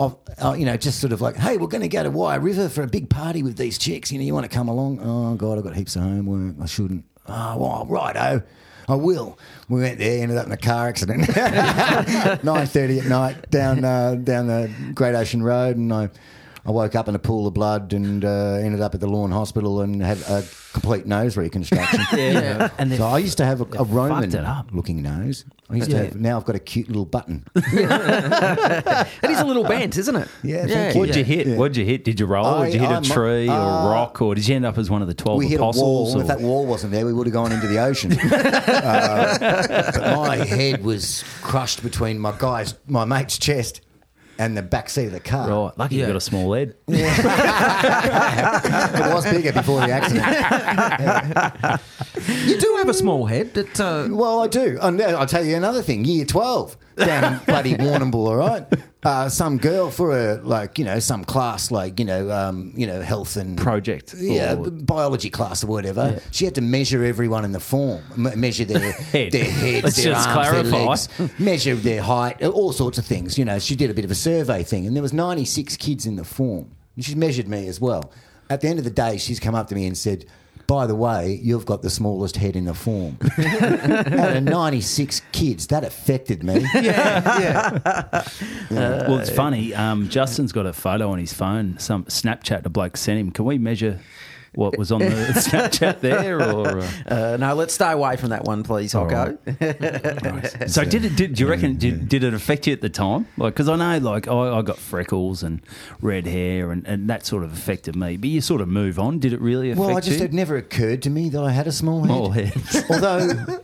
Speaker 4: Of, uh, you know, just sort of like, hey, we're going to go to Wire River for a big party with these chicks. You know, you want to come along? Oh God, I've got heaps of homework. I shouldn't. Oh, well, righto. I will. We went there, ended up in a car accident. (laughs) Nine thirty at night down uh, down the Great Ocean Road, and I I woke up in a pool of blood and uh, ended up at the Lawn Hospital and had a complete nose reconstruction.
Speaker 2: (laughs) Yeah. And
Speaker 4: so I used to have a, a Roman
Speaker 2: fucked it up.
Speaker 4: looking nose. I used
Speaker 3: Yeah.
Speaker 4: to have now I've got a cute little button.
Speaker 3: it is a little bent, isn't it?
Speaker 4: Yeah, thank
Speaker 2: What'd you hit? What'd you hit? Did you roll?
Speaker 4: I-
Speaker 2: did you hit a
Speaker 4: I'm-
Speaker 2: tree or
Speaker 4: uh,
Speaker 2: a rock? Or did you end up as one of the 12
Speaker 4: we hit a
Speaker 2: apostles?
Speaker 4: wall. and
Speaker 2: or-
Speaker 4: If that wall wasn't there, we would have gone into the ocean. (laughs) Uh, but my head was crushed between my guy's, my mate's chest, and the back seat of the car.
Speaker 2: Right, lucky you got a small head.
Speaker 4: It was bigger before the accident. (laughs)
Speaker 1: You do have a small head, but uh,
Speaker 4: Well, I do. And then I'll tell you another thing. Year 12 down in bloody Warrnambool, all right? Uh, some girl for a, like, you know, some class, like, you know, um, you know, health and.
Speaker 2: Project.
Speaker 4: Yeah,
Speaker 2: Or-
Speaker 4: b- biology class or whatever. She had to measure everyone in the form, M- measure their
Speaker 2: (laughs) Head.
Speaker 4: their heads,
Speaker 2: Let's
Speaker 4: their
Speaker 2: just
Speaker 4: arms,
Speaker 2: clarify.
Speaker 4: their legs, measure their height, all sorts of things. You know, she did a bit of a survey thing, and there was ninety six kids in the form. And she measured me as well. At the end of the day, she's come up to me and said. By the way, you've got the smallest head in the form. (laughs) Out of 96 kids, that affected me. uh,
Speaker 2: well, it's funny. Um, Justin's got a photo on his phone, some Snapchat a bloke sent him. Can we measure what was
Speaker 4: (laughs)
Speaker 2: on the Snapchat there? Or uh,
Speaker 3: Uh, no, let's stay away from that one, please, Hocko.
Speaker 2: so did it? Did, do you reckon? Did, did it affect you at the time? Like, because I know, like, I, I got freckles and red hair, and, and that sort of affected me. But you sort of move on. Did it really affect
Speaker 4: Well, I just
Speaker 2: you?
Speaker 4: it never occurred to me that I had a small head.
Speaker 2: Small head.
Speaker 4: (laughs) Although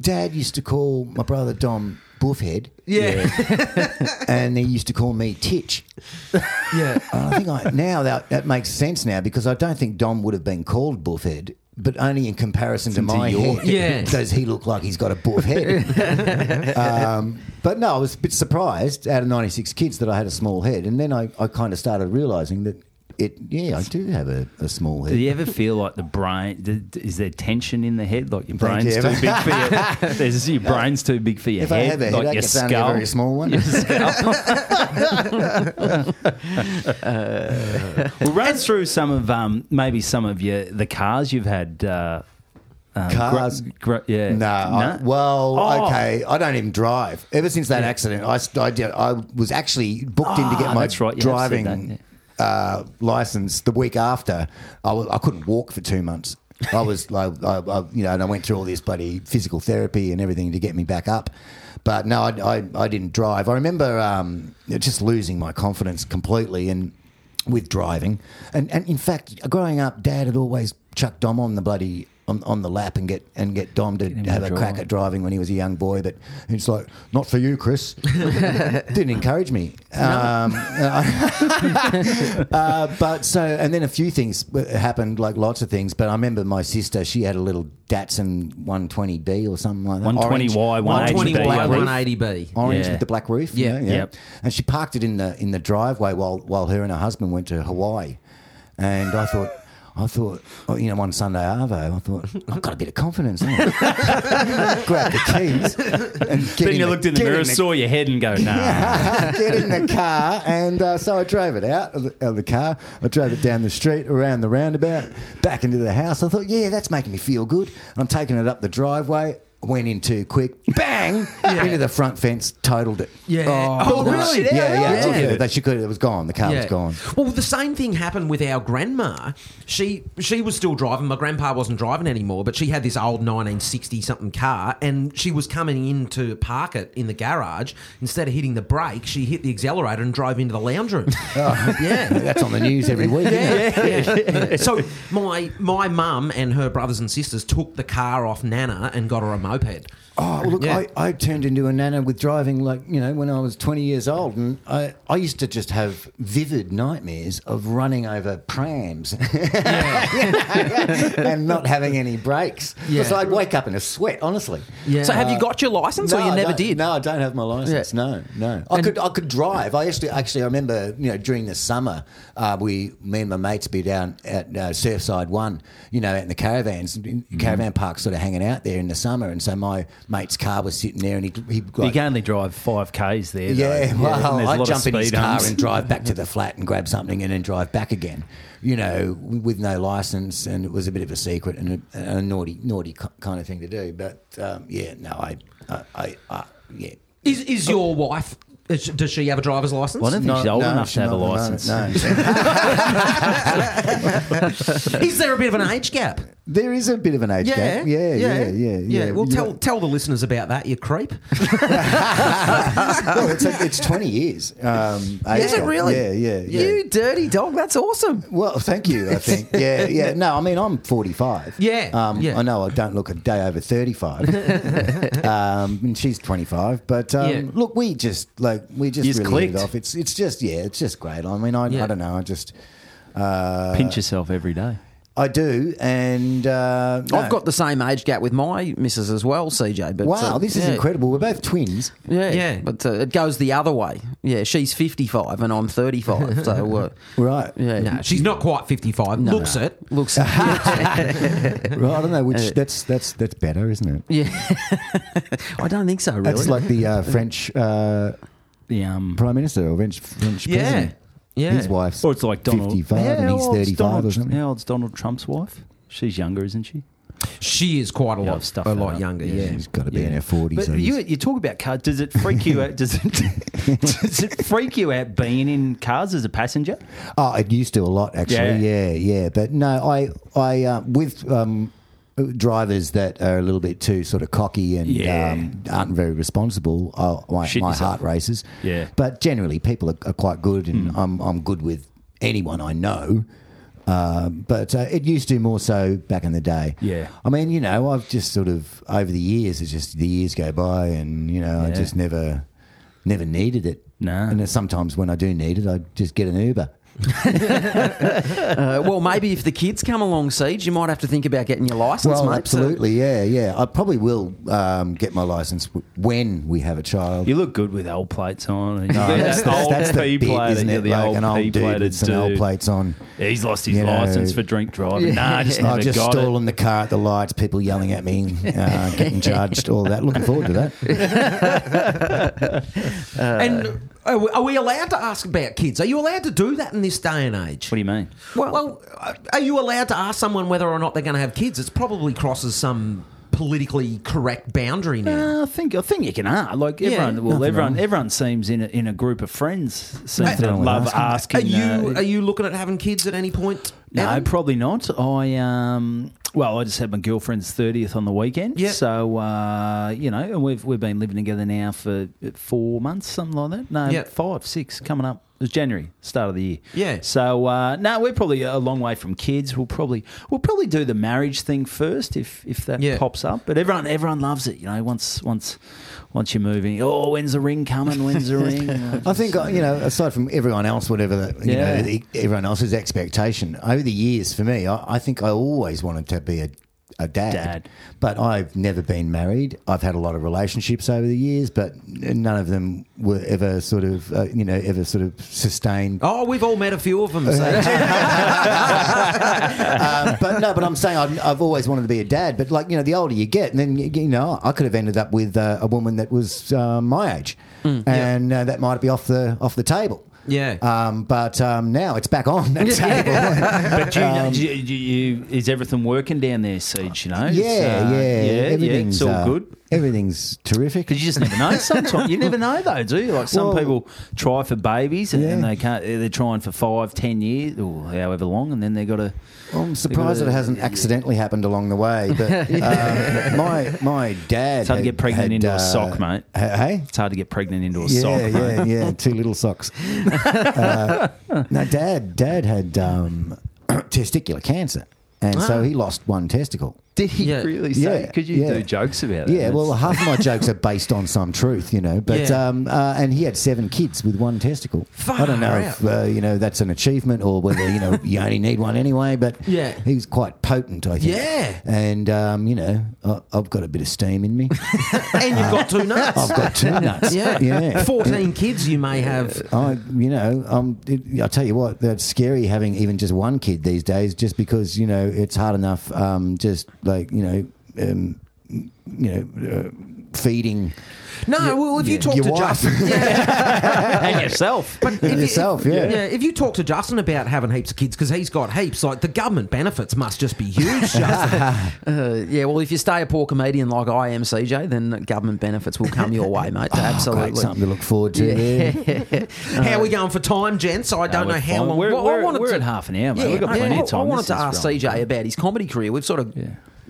Speaker 4: Dad used to call my brother Dom Boofhead,
Speaker 1: yeah,
Speaker 3: (laughs)
Speaker 4: and he used to call me Titch.
Speaker 1: yeah.
Speaker 4: And I think
Speaker 2: (laughs)
Speaker 4: I, now that that makes sense now because I don't think Dom would have been called Boofhead, but only in comparison to
Speaker 2: To
Speaker 4: my
Speaker 2: your
Speaker 4: head.
Speaker 1: head. Yeah.
Speaker 4: does he look like he's got a boof head?
Speaker 2: (laughs)
Speaker 4: um, but no, I was a bit surprised out of ninety six kids that I had a small head, and then I, I kind of started realizing that. It, yeah, I do have a, a small head.
Speaker 2: Do you ever feel like the brain? th- th- Is there tension in the head? Like your
Speaker 4: Thank
Speaker 2: brain's
Speaker 4: you.
Speaker 2: too big for your. There's your brain's too big for your
Speaker 4: If I
Speaker 2: head.
Speaker 4: have a
Speaker 2: like
Speaker 4: headache,
Speaker 2: your
Speaker 4: it's only a
Speaker 2: skull.
Speaker 4: very small one.
Speaker 2: Your skull. we'll run through some of um, maybe some of your the cars you've had. Uh,
Speaker 4: (laughs)
Speaker 2: um,
Speaker 4: Cars?
Speaker 2: gr- gr- yeah.
Speaker 4: No, I,
Speaker 2: Nah?
Speaker 4: well,
Speaker 2: Oh.
Speaker 4: okay. I don't even drive. Ever since that accident, I, st- I, did- I was actually booked in to
Speaker 2: Ah,
Speaker 4: get my
Speaker 2: that's right, you have said
Speaker 4: driving
Speaker 2: that,
Speaker 4: uh, license the week after. I w- I couldn't walk for two months. I was (laughs) like, I, I, you know, and I went through all this bloody physical therapy and everything to get me back up. But no, I, I, I didn't drive. I remember um, just losing my confidence completely and with driving. And, and in fact, growing up, Dad had always chucked Dom on the bloody on, on the lap and get and get Dom to
Speaker 2: him
Speaker 4: have
Speaker 2: to
Speaker 4: a
Speaker 2: drive.
Speaker 4: crack at driving when he was a young boy. But it's like, not for you, Chris. (laughs) Didn't encourage me. Um, uh, (laughs) but so, and then a few things w- happened, like lots of things. But I remember my sister; she had a little Datsun 120B or something like that.
Speaker 2: 120Y,
Speaker 4: Orange-
Speaker 2: 180B.
Speaker 4: orange with
Speaker 1: 120
Speaker 4: the black roof.
Speaker 1: 180 B.
Speaker 4: Orange
Speaker 2: Yeah.
Speaker 4: with the black roof.
Speaker 1: Yeah.
Speaker 4: yeah.
Speaker 2: Yep.
Speaker 4: And she parked it in the in the driveway while while her and her husband went to Hawaii. And I thought, I thought, oh, you know, one Sunday Arvo, I thought I've got a bit of confidence. haven't I?" (laughs) Grab the keys. And get
Speaker 2: Then you
Speaker 4: the-
Speaker 2: looked in the
Speaker 4: get
Speaker 2: mirror,
Speaker 4: the
Speaker 2: saw your head, and go,
Speaker 4: (laughs)
Speaker 2: "Nah."
Speaker 4: get in the car. And uh, so I drove it out of, the, of the car. I drove it down the street, around the roundabout, back into the house. I thought, yeah, that's making me feel good. And I'm taking it up the driveway. Went in too quick, bang, into the front fence, totaled it.
Speaker 1: Yeah. Oh, really?
Speaker 4: Yeah, yeah.
Speaker 1: Yeah.
Speaker 4: yeah. yeah. That she could. It was gone. The car was gone.
Speaker 1: Well, the same thing happened with our grandma. She she was still driving. My grandpa wasn't driving anymore, but she had this old 1960 something car, and she was coming in to park it in the garage. Instead of hitting the brake, she hit the accelerator and drove into the lounge room. Yeah.
Speaker 4: That's on the news every week. isn't it?
Speaker 1: (laughs) Yeah, yeah. So my my mum and her brothers and sisters took the car off Nana and got her a moped.
Speaker 5: Oh, well, look,
Speaker 1: Yeah.
Speaker 5: I, I turned into a nana with driving, like, you know, when I was 20 years old. And I, I used to just have vivid nightmares of running over prams (laughs) and not having any brakes.
Speaker 1: Yeah.
Speaker 5: So I'd wake up in a sweat, honestly.
Speaker 1: Yeah.
Speaker 3: So have you got your license, or
Speaker 5: I
Speaker 3: you never
Speaker 5: don't.
Speaker 3: did?
Speaker 5: No, I don't have my license.
Speaker 3: Yeah.
Speaker 5: No, no. I could I could drive. I actually actually I remember you know during the summer uh, we me and my mates be down at uh, Surfside One, you know, out in the caravans in
Speaker 2: Mm-hmm.
Speaker 5: caravan park, sort of hanging out there in the summer. And so my mate's car was sitting there, and he he
Speaker 2: You
Speaker 5: like,
Speaker 2: can only drive five k's there. though.
Speaker 5: yeah, well,
Speaker 2: and there's a
Speaker 5: I'd
Speaker 2: lot of
Speaker 5: jump in his
Speaker 2: speed
Speaker 5: car
Speaker 2: humps.
Speaker 5: and drive back
Speaker 2: (laughs)
Speaker 5: to the flat and grab something and then drive back again, you know, with no license. And it was a bit of a secret and a, a naughty, naughty ki- kind of thing to do. But um, yeah, no, I, I, I, I yeah.
Speaker 1: Is is your wife? is- Does she have a driver's license?
Speaker 2: Well, I don't think she's old
Speaker 5: No,
Speaker 2: enough
Speaker 5: she's
Speaker 2: to have a
Speaker 5: not- no,
Speaker 2: license.
Speaker 5: No,
Speaker 1: Is there a bit of an age gap?
Speaker 4: There is a bit of an age
Speaker 1: Yeah,
Speaker 4: gap. Yeah, yeah, yeah, yeah.
Speaker 1: Well,
Speaker 4: You-
Speaker 1: tell tell the listeners about that. You creep.
Speaker 4: (laughs) well, it's, it's 20 years. Um, age
Speaker 3: Is it
Speaker 4: gap.
Speaker 3: really?
Speaker 4: Yeah, yeah, yeah.
Speaker 3: You dirty dog. That's awesome.
Speaker 4: Well, thank you. I think. Yeah, yeah. No, I mean I'm 45.
Speaker 1: Yeah,
Speaker 4: Um,
Speaker 1: yeah.
Speaker 4: I know I don't look a day over 35. um, and she's 25. But um,
Speaker 1: Yeah.
Speaker 4: look, we just like we just
Speaker 2: You just
Speaker 4: really hit it
Speaker 2: clicked.
Speaker 4: off. It's it's just yeah, it's just great. I mean, I,
Speaker 1: Yeah.
Speaker 4: I don't know. I just uh,
Speaker 2: Pinch yourself every day.
Speaker 4: I do, and uh, no.
Speaker 3: I've got the same age gap with my missus as well, CJ. But
Speaker 4: Wow,
Speaker 3: uh,
Speaker 4: this is
Speaker 3: yeah.
Speaker 4: incredible. We're both twins.
Speaker 3: Yeah,
Speaker 1: Yeah.
Speaker 3: But uh, it goes the other way. Yeah, she's fifty-five and I'm thirty-five. so
Speaker 4: (laughs)
Speaker 3: uh,
Speaker 4: Right.
Speaker 3: yeah,
Speaker 1: No, (laughs) she's not quite fifty five. Looks it.
Speaker 4: (laughs)
Speaker 3: looks. yeah,
Speaker 4: Right. I don't know which. That's that's that's better, isn't it?
Speaker 3: I don't think so. Really.
Speaker 4: That's like the uh, French uh,
Speaker 2: The um,
Speaker 4: prime minister or French French
Speaker 1: Yeah,
Speaker 4: president.
Speaker 1: yeah.
Speaker 4: His wife's
Speaker 2: or it's like Donald.
Speaker 4: 55 and
Speaker 2: how
Speaker 4: he's
Speaker 2: old's
Speaker 4: 35
Speaker 2: Donald,
Speaker 4: or something.
Speaker 2: How old's Donald Trump's wife? She's younger, isn't she?
Speaker 1: She is quite a
Speaker 2: Yeah,
Speaker 1: lot
Speaker 2: I've stuffed
Speaker 1: a
Speaker 2: that
Speaker 1: lot
Speaker 2: up.
Speaker 1: younger.
Speaker 2: Yeah,
Speaker 1: Yeah.
Speaker 4: She's got to be in her
Speaker 2: But
Speaker 4: forties.
Speaker 2: you, you talk about cars. Does it freak you out? Does it, (laughs) does it freak you out being in cars as a passenger?
Speaker 4: Oh, it used to a lot actually. Yeah, yeah. But no, I, I uh, with um, drivers that are a little bit too sort of cocky and
Speaker 2: Yeah.
Speaker 4: um, aren't very responsible. I, my
Speaker 2: Shit
Speaker 4: my heart
Speaker 2: yourself.
Speaker 4: races.
Speaker 2: Yeah. Hmm.
Speaker 4: But generally, people are, are quite good, and I'm I'm good with anyone I know. Uh, but uh, it used to more so back in the day.
Speaker 2: Yeah.
Speaker 4: I mean, you know, I've just sort of over the years, it's just the years go by, and you know, I
Speaker 2: Yeah.
Speaker 4: just never, never needed it.
Speaker 2: No.
Speaker 4: And then sometimes when I do need it, I just get an Uber.
Speaker 3: Uh, well, maybe if the kids come along, Siege, you might have to think about getting your license,
Speaker 4: Well,
Speaker 3: mate.
Speaker 4: absolutely, yeah, yeah. I probably will um, get my license w- when we have a child.
Speaker 2: You look good with old plates (laughs) on.
Speaker 4: No, that's, the, that's the bit, isn't it? Like an old dude with some old plates on.
Speaker 2: He's lost his
Speaker 4: You know.
Speaker 2: license for drink driving. (laughs) Nah, just
Speaker 4: I
Speaker 2: never
Speaker 4: just
Speaker 2: got
Speaker 4: stall in the car at the lights, people yelling at me, uh, (laughs) getting judged, all that. Looking forward to that. Uh,
Speaker 1: and are we, are we allowed to ask about kids? Are you allowed to do that in this day and age?
Speaker 2: it. What do you mean?
Speaker 1: Well, uh, are you allowed to ask someone whether or not they're going to have kids? It's probably crosses some politically correct boundary now.
Speaker 2: Uh, I think I think you can ask. Like everyone, well,
Speaker 4: nothing
Speaker 2: everyone,
Speaker 4: wrong.
Speaker 2: everyone seems in a, in a group of friends seems
Speaker 4: Nothing
Speaker 2: to
Speaker 4: wrong with
Speaker 2: love
Speaker 1: Are
Speaker 2: asking.
Speaker 1: you
Speaker 2: uh,
Speaker 1: are you looking at having kids at any point?
Speaker 2: No,
Speaker 1: Adam?
Speaker 2: probably not. I um, well, I just had my girlfriend's thirtieth on the weekend.
Speaker 1: Yeah.
Speaker 2: So uh, you know, and we've we've been living together now for four months, something like that. No,
Speaker 1: Yeah.
Speaker 2: five, six, coming up. It was January, start of the year.
Speaker 1: Yeah.
Speaker 2: So uh, no, we're probably a long way from kids. We'll probably we'll probably do the marriage thing first if if that
Speaker 1: Yeah.
Speaker 2: pops up. But everyone everyone loves it. You know, once once once you're moving. Oh, when's the ring coming?
Speaker 1: (laughs)
Speaker 2: When's the ring?
Speaker 4: I think, uh, you know, aside from everyone else, whatever, the, you
Speaker 2: Yeah.
Speaker 4: know, the, everyone else's expectation, over the years for me, I, I think I always wanted to be a, a dad,
Speaker 2: Dad.
Speaker 4: But I've never been married. I've had a lot of relationships over the years, but none of them were ever sort of, uh, you know, ever sort of sustained
Speaker 1: Oh, we've all met a few of them.
Speaker 4: (laughs)
Speaker 1: So.
Speaker 4: um, but no, but I'm saying I've, I've always wanted to be a dad. But like you know, the older you get, and then you, you know, I could have ended up with uh, a woman that was uh, my age,
Speaker 2: Mm,
Speaker 4: and uh, that might be off the off the table.
Speaker 1: Yeah.
Speaker 4: Um, but um, now it's back on
Speaker 2: (laughs)
Speaker 4: the table.
Speaker 2: But you, you, you, you, is everything working down there, Siege? You know,
Speaker 4: (laughs) Um,
Speaker 2: uh,
Speaker 4: yeah, yeah,
Speaker 2: yeah,
Speaker 4: Everything's
Speaker 2: it's all
Speaker 4: uh,
Speaker 2: good.
Speaker 4: Everything's terrific.
Speaker 2: Because you just never know. Sometimes you never know, though, do you? Like some
Speaker 4: Well-
Speaker 2: people try for babies and, and
Speaker 4: Yeah.
Speaker 2: they can't. They're trying for five, ten years or however long, and then they got to.
Speaker 4: Well, I'm surprised that it hasn't accidentally happened along the way.
Speaker 2: (laughs)
Speaker 4: But um, my my dad
Speaker 2: It's hard
Speaker 4: had-
Speaker 2: to get pregnant
Speaker 4: had,
Speaker 2: into a
Speaker 4: uh,
Speaker 2: sock, mate.
Speaker 4: ha- Hey,
Speaker 2: It's hard to get pregnant into a
Speaker 4: yeah,
Speaker 2: sock. mate.
Speaker 4: Yeah, yeah, two little socks. uh, no, (clears throat)
Speaker 1: Ah.
Speaker 4: dad, dad had um, testicular cancer, and so he lost one testicle.
Speaker 2: Did he
Speaker 1: Yeah.
Speaker 2: really say?
Speaker 4: Yeah,
Speaker 2: Because you
Speaker 4: yeah.
Speaker 2: do jokes about that.
Speaker 4: Yeah, well,
Speaker 2: That's-
Speaker 4: half of my jokes are based on some truth, you know. But
Speaker 1: Yeah.
Speaker 4: um, uh, and he had seven kids with one testicle. I don't know
Speaker 1: Far
Speaker 4: if uh, you know that's an achievement or whether you know you only need one anyway. But
Speaker 1: Yeah.
Speaker 4: he's quite potent, I think.
Speaker 1: Yeah.
Speaker 4: and um, you know, I, I've got a bit of steam in me.
Speaker 1: and you've got two nuts.
Speaker 4: I've got
Speaker 1: (laughs)
Speaker 4: two nuts.
Speaker 1: yeah.
Speaker 4: yeah.
Speaker 1: 14 kids you may have.
Speaker 4: I, you know, um, it, I tell you what, that's scary having even just one kid these days, just because you know it's hard enough, um, just like you know, um, you know, uh, feeding
Speaker 1: No, well, if you talk
Speaker 4: Your
Speaker 1: to
Speaker 4: wife. (laughs)
Speaker 1: Justin. Yeah.
Speaker 2: and yourself.
Speaker 1: But if you-
Speaker 4: yourself, yeah.
Speaker 1: yeah. If you talk to Justin about having heaps of kids, because he's got heaps, like the government benefits must just be
Speaker 4: (laughs)
Speaker 1: huge, Justin.
Speaker 3: Uh, yeah, well, if you stay a poor comedian like I am, CJ, then government benefits will come your way, mate. Absolutely.
Speaker 4: Great, something to look forward to. there.
Speaker 1: how are we going for time, gents? I don't
Speaker 2: we're
Speaker 1: know how
Speaker 2: fine.
Speaker 1: long.
Speaker 2: We're-
Speaker 1: well, I
Speaker 2: we're-
Speaker 1: wanted
Speaker 2: we're
Speaker 1: to-
Speaker 2: at half an hour, mate. We've got
Speaker 3: I-
Speaker 2: plenty
Speaker 3: I,
Speaker 2: of time.
Speaker 3: I wanted
Speaker 2: This
Speaker 3: to
Speaker 2: is
Speaker 3: ask
Speaker 2: wrong.
Speaker 3: CJ about his comedy career. We've sort of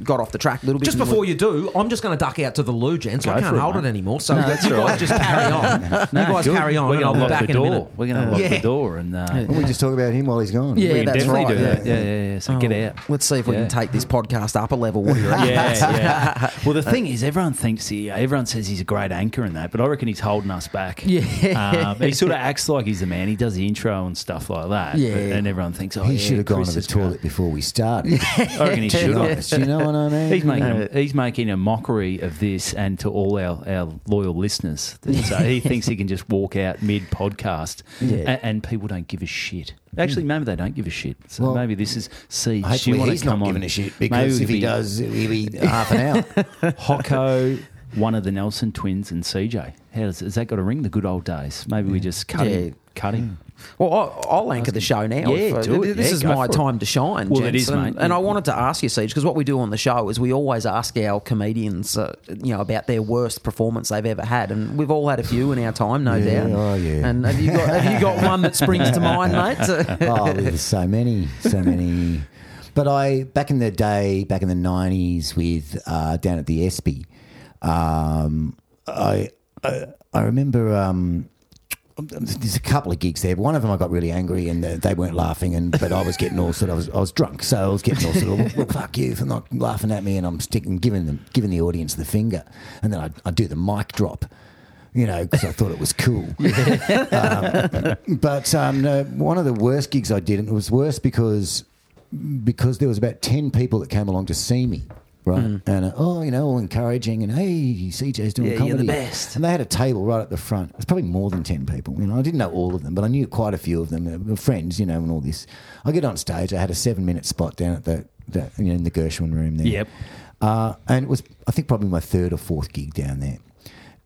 Speaker 3: got off the track a little bit.
Speaker 1: Just
Speaker 3: and
Speaker 1: before
Speaker 3: we-
Speaker 1: you do, I'm just going to duck out to the loo, gents.
Speaker 2: Go
Speaker 1: I can't
Speaker 2: for it,
Speaker 1: hold it,
Speaker 2: mate.
Speaker 1: anymore. So
Speaker 2: that's
Speaker 1: you
Speaker 2: all
Speaker 1: guys
Speaker 2: right. (laughs)
Speaker 1: just carry on.
Speaker 2: No,
Speaker 1: you guys
Speaker 2: good.
Speaker 1: carry on.
Speaker 2: We're
Speaker 1: and I'll
Speaker 2: gonna
Speaker 1: be
Speaker 2: lock
Speaker 1: back in
Speaker 2: the
Speaker 1: a
Speaker 2: door.
Speaker 1: minute.
Speaker 2: We're going to lock
Speaker 1: Yeah.
Speaker 2: the door and uh,
Speaker 4: Well, we just talk about him while he's gone.
Speaker 3: Yeah,
Speaker 2: we can
Speaker 3: that's
Speaker 2: definitely do
Speaker 3: right. yeah.
Speaker 2: that. Oh. Yeah, yeah, yeah. So get out.
Speaker 3: Let's see if we
Speaker 2: Yeah.
Speaker 3: can take this podcast up a level. What do
Speaker 2: (laughs)
Speaker 3: you reckon?
Speaker 2: yeah, yeah. Well, the thing is, everyone thinks he, everyone says he's a great anchor and that, but I reckon he's holding us back.
Speaker 3: Yeah.
Speaker 2: Um, he sort of acts like he's the man. He does the intro and stuff like that.
Speaker 3: Yeah.
Speaker 2: but- and everyone thinks, oh,
Speaker 4: He
Speaker 2: yeah,
Speaker 4: should have gone
Speaker 2: Chris
Speaker 4: to the
Speaker 2: is great.
Speaker 4: toilet before we started.
Speaker 2: I reckon he should have.
Speaker 4: Do you know what I mean?
Speaker 2: He's making a, he's making a mockery of this and to all our, our
Speaker 4: (laughs)
Speaker 2: loyal listeners. So he thinks he can just walk out mid podcast
Speaker 3: Yeah.
Speaker 2: and, people don't give a shit. Actually, maybe they don't give a shit. So
Speaker 4: Hmm. Well,
Speaker 2: maybe this is see. She
Speaker 4: Hopefully
Speaker 2: wanna
Speaker 4: he's not
Speaker 2: come on.
Speaker 4: giving a shit
Speaker 2: Maybe
Speaker 4: because
Speaker 2: we'll
Speaker 4: if he
Speaker 2: be
Speaker 4: does, he'll be half an
Speaker 2: (laughs)
Speaker 4: hour.
Speaker 2: Hocko, one of the Nelson twins, and CJ. How does, has that got a ring? The good old days. Maybe we just cut
Speaker 3: Yeah.
Speaker 2: him. Cut him.
Speaker 3: Well, I- I'll anchor the show now.
Speaker 2: Yeah,
Speaker 3: if, uh,
Speaker 2: do it.
Speaker 3: This
Speaker 2: Yeah,
Speaker 3: is
Speaker 2: go
Speaker 3: my
Speaker 2: for it.
Speaker 3: time to shine.
Speaker 2: Well, it
Speaker 3: gents.
Speaker 2: is,
Speaker 3: And,
Speaker 2: mate.
Speaker 3: and I
Speaker 2: Yeah.
Speaker 3: wanted to ask you, Siege, because what we do on the show is we always ask our comedians, uh, you know, about their worst performance they've ever had, and we've all had a few in our time, no
Speaker 4: Yeah,
Speaker 3: doubt.
Speaker 4: oh, yeah.
Speaker 3: And have you got have you got one that springs
Speaker 2: (laughs)
Speaker 3: to mind, mate?
Speaker 4: oh, there's so many, so many. But I back in the day, back in the nineties, with uh, down at the Espy, um, I, I I remember um, there's a couple of gigs there. One of them I got really angry and they- they weren't laughing, and but I was getting all sort of I was, I was drunk, so I was getting all sort of well, fuck you for not laughing at me, and I'm sticking giving them giving the audience the finger, and then I I do the mic drop. You know, because I thought it was cool. um, (laughs) but um, no, one of the worst gigs I did, and it was worse because because there was about 10 people that came along to see me right and uh, oh you know all encouraging and hey cj's doing
Speaker 3: Mm. Yeah, you're
Speaker 4: comedy
Speaker 3: the best.
Speaker 4: and they had a table right at the front it was probably more than 10 people you know i didn't know all of them but i knew quite a few of them uh, were friends you know and all this i get on stage i had a seven minute spot down at the, the you know in the gershwin room there
Speaker 2: Yep.
Speaker 4: uh, and it was i think probably my third or fourth gig down there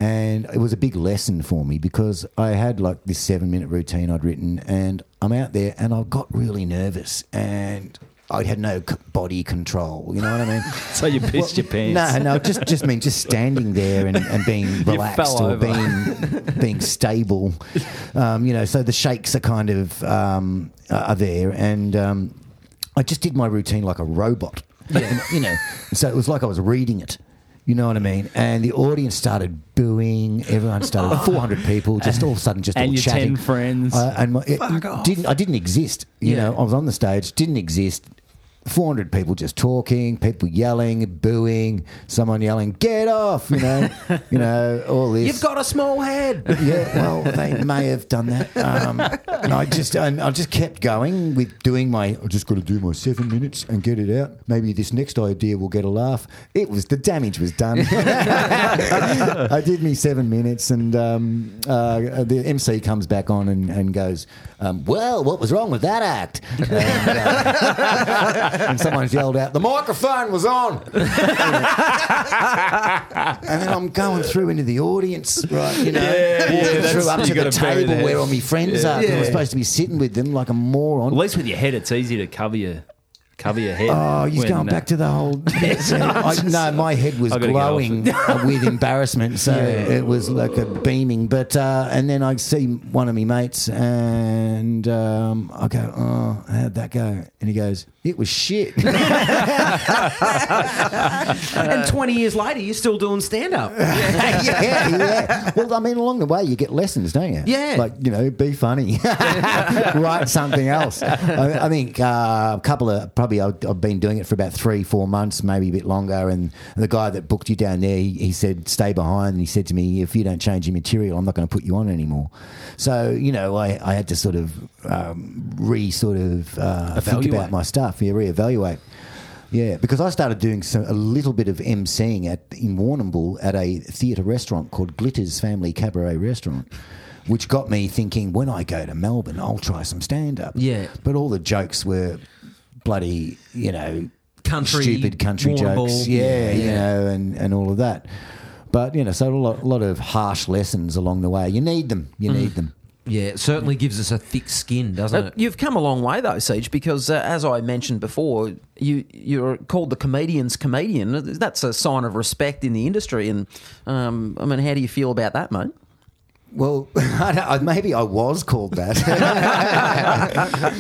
Speaker 4: and it was a big lesson for me because I had like this seven minute routine I'd written, and I'm out there and I got really nervous and I had no c- body control. You know what I mean?
Speaker 2: So you pissed your pants.
Speaker 4: No, no, just just mean just standing there and, and
Speaker 2: (laughs)
Speaker 4: being relaxed
Speaker 2: fell
Speaker 4: or
Speaker 2: over.
Speaker 4: being being stable. Um, you know, so the shakes are kind of um, are there, and um, I just did my routine like a robot.
Speaker 2: (laughs)
Speaker 4: And, you know, so it was like I was reading it. You know what I mean? And the audience started booing. Everyone
Speaker 2: (laughs)
Speaker 4: started. Four hundred people just all of a sudden just
Speaker 2: And
Speaker 4: all
Speaker 2: your
Speaker 4: chatting.
Speaker 2: 10 friends.
Speaker 4: I- and my, it didn't I didn't exist. You
Speaker 3: Yeah.
Speaker 4: know, I was on the stage, didn't exist. 400 people just talking, people yelling, booing, someone yelling, "Get off!" You know, you know, all this.
Speaker 1: You've got a small head.
Speaker 4: (laughs) yeah, well, they may have done that. Um, and I just, and I just kept going with doing my. I just got to do my seven minutes and get it out. Maybe this next idea will get a laugh. It was the damage was done. (laughs) I did me seven minutes, and um, uh, the MC comes back on and, and goes, um, "Well, what was wrong with that act?" And, uh, and someone's yelled out, "The microphone was
Speaker 2: (laughs)
Speaker 4: on." and then I'm going through into the audience, right? You know, walking
Speaker 2: that's-
Speaker 4: through up
Speaker 2: you
Speaker 4: to the
Speaker 2: gotta bury
Speaker 4: table
Speaker 2: the head.
Speaker 4: where all my friends are. that I'm supposed to be sitting with them like a moron.
Speaker 2: At least with your head, it's easy to cover your cover your head.
Speaker 4: Oh, he's
Speaker 2: when,
Speaker 4: going
Speaker 2: uh,
Speaker 4: back to the
Speaker 2: (laughs)
Speaker 4: whole. I, no, my head was
Speaker 2: I gotta get off
Speaker 4: glowing
Speaker 2: (laughs)
Speaker 4: uh, with embarrassment, so it was like a beaming. But uh, and then I see one of my mates, and um, I go, "Oh, how'd that go?" And he goes, "It was shit." (laughs)
Speaker 1: and 20 years later, you're still doing stand up.
Speaker 4: Uh, (laughs) yeah, yeah. Well, I mean, along the way, you get lessons, don't you?
Speaker 1: Yeah.
Speaker 4: Like, you know, be funny, write something else. I, I think uh, a couple of, probably i have been doing it for about three, four months, maybe a bit longer. And the guy that booked you down there, he, he said, stay behind. And he said to me, if you don't change your material, I'm not going to put you on anymore. So, you know, I, I had to sort of um, re sort of uh, think
Speaker 2: Evaluate.
Speaker 4: about my stuff, yeah, reevaluate. Yeah, because I started doing some, a little bit of emceeing at in Warrnambool at a theatre restaurant called Glitter's Family Cabaret Restaurant, which got me thinking when I go to Melbourne, I'll try some stand up.
Speaker 1: Yeah.
Speaker 4: but all the jokes were bloody, you know,
Speaker 1: Country,
Speaker 4: stupid country
Speaker 1: Warrnambool.
Speaker 4: jokes.
Speaker 1: Yeah,
Speaker 4: Yeah, you
Speaker 1: yeah.
Speaker 4: know, and and all of that. But you know, so a lot, lot of harsh lessons along the way. You need them. You
Speaker 1: Mm.
Speaker 4: need them.
Speaker 1: Yeah, it certainly gives us a thick skin, doesn't
Speaker 3: Uh,
Speaker 1: it?
Speaker 3: You've come a long way though, Siege, because uh, as I mentioned before, you you're called the comedian's comedian. That's a sign of respect in the industry. And um, I mean, how do you feel about that, mate?
Speaker 4: Well, (laughs) I don't, I- maybe I was called
Speaker 1: (laughs)
Speaker 4: that.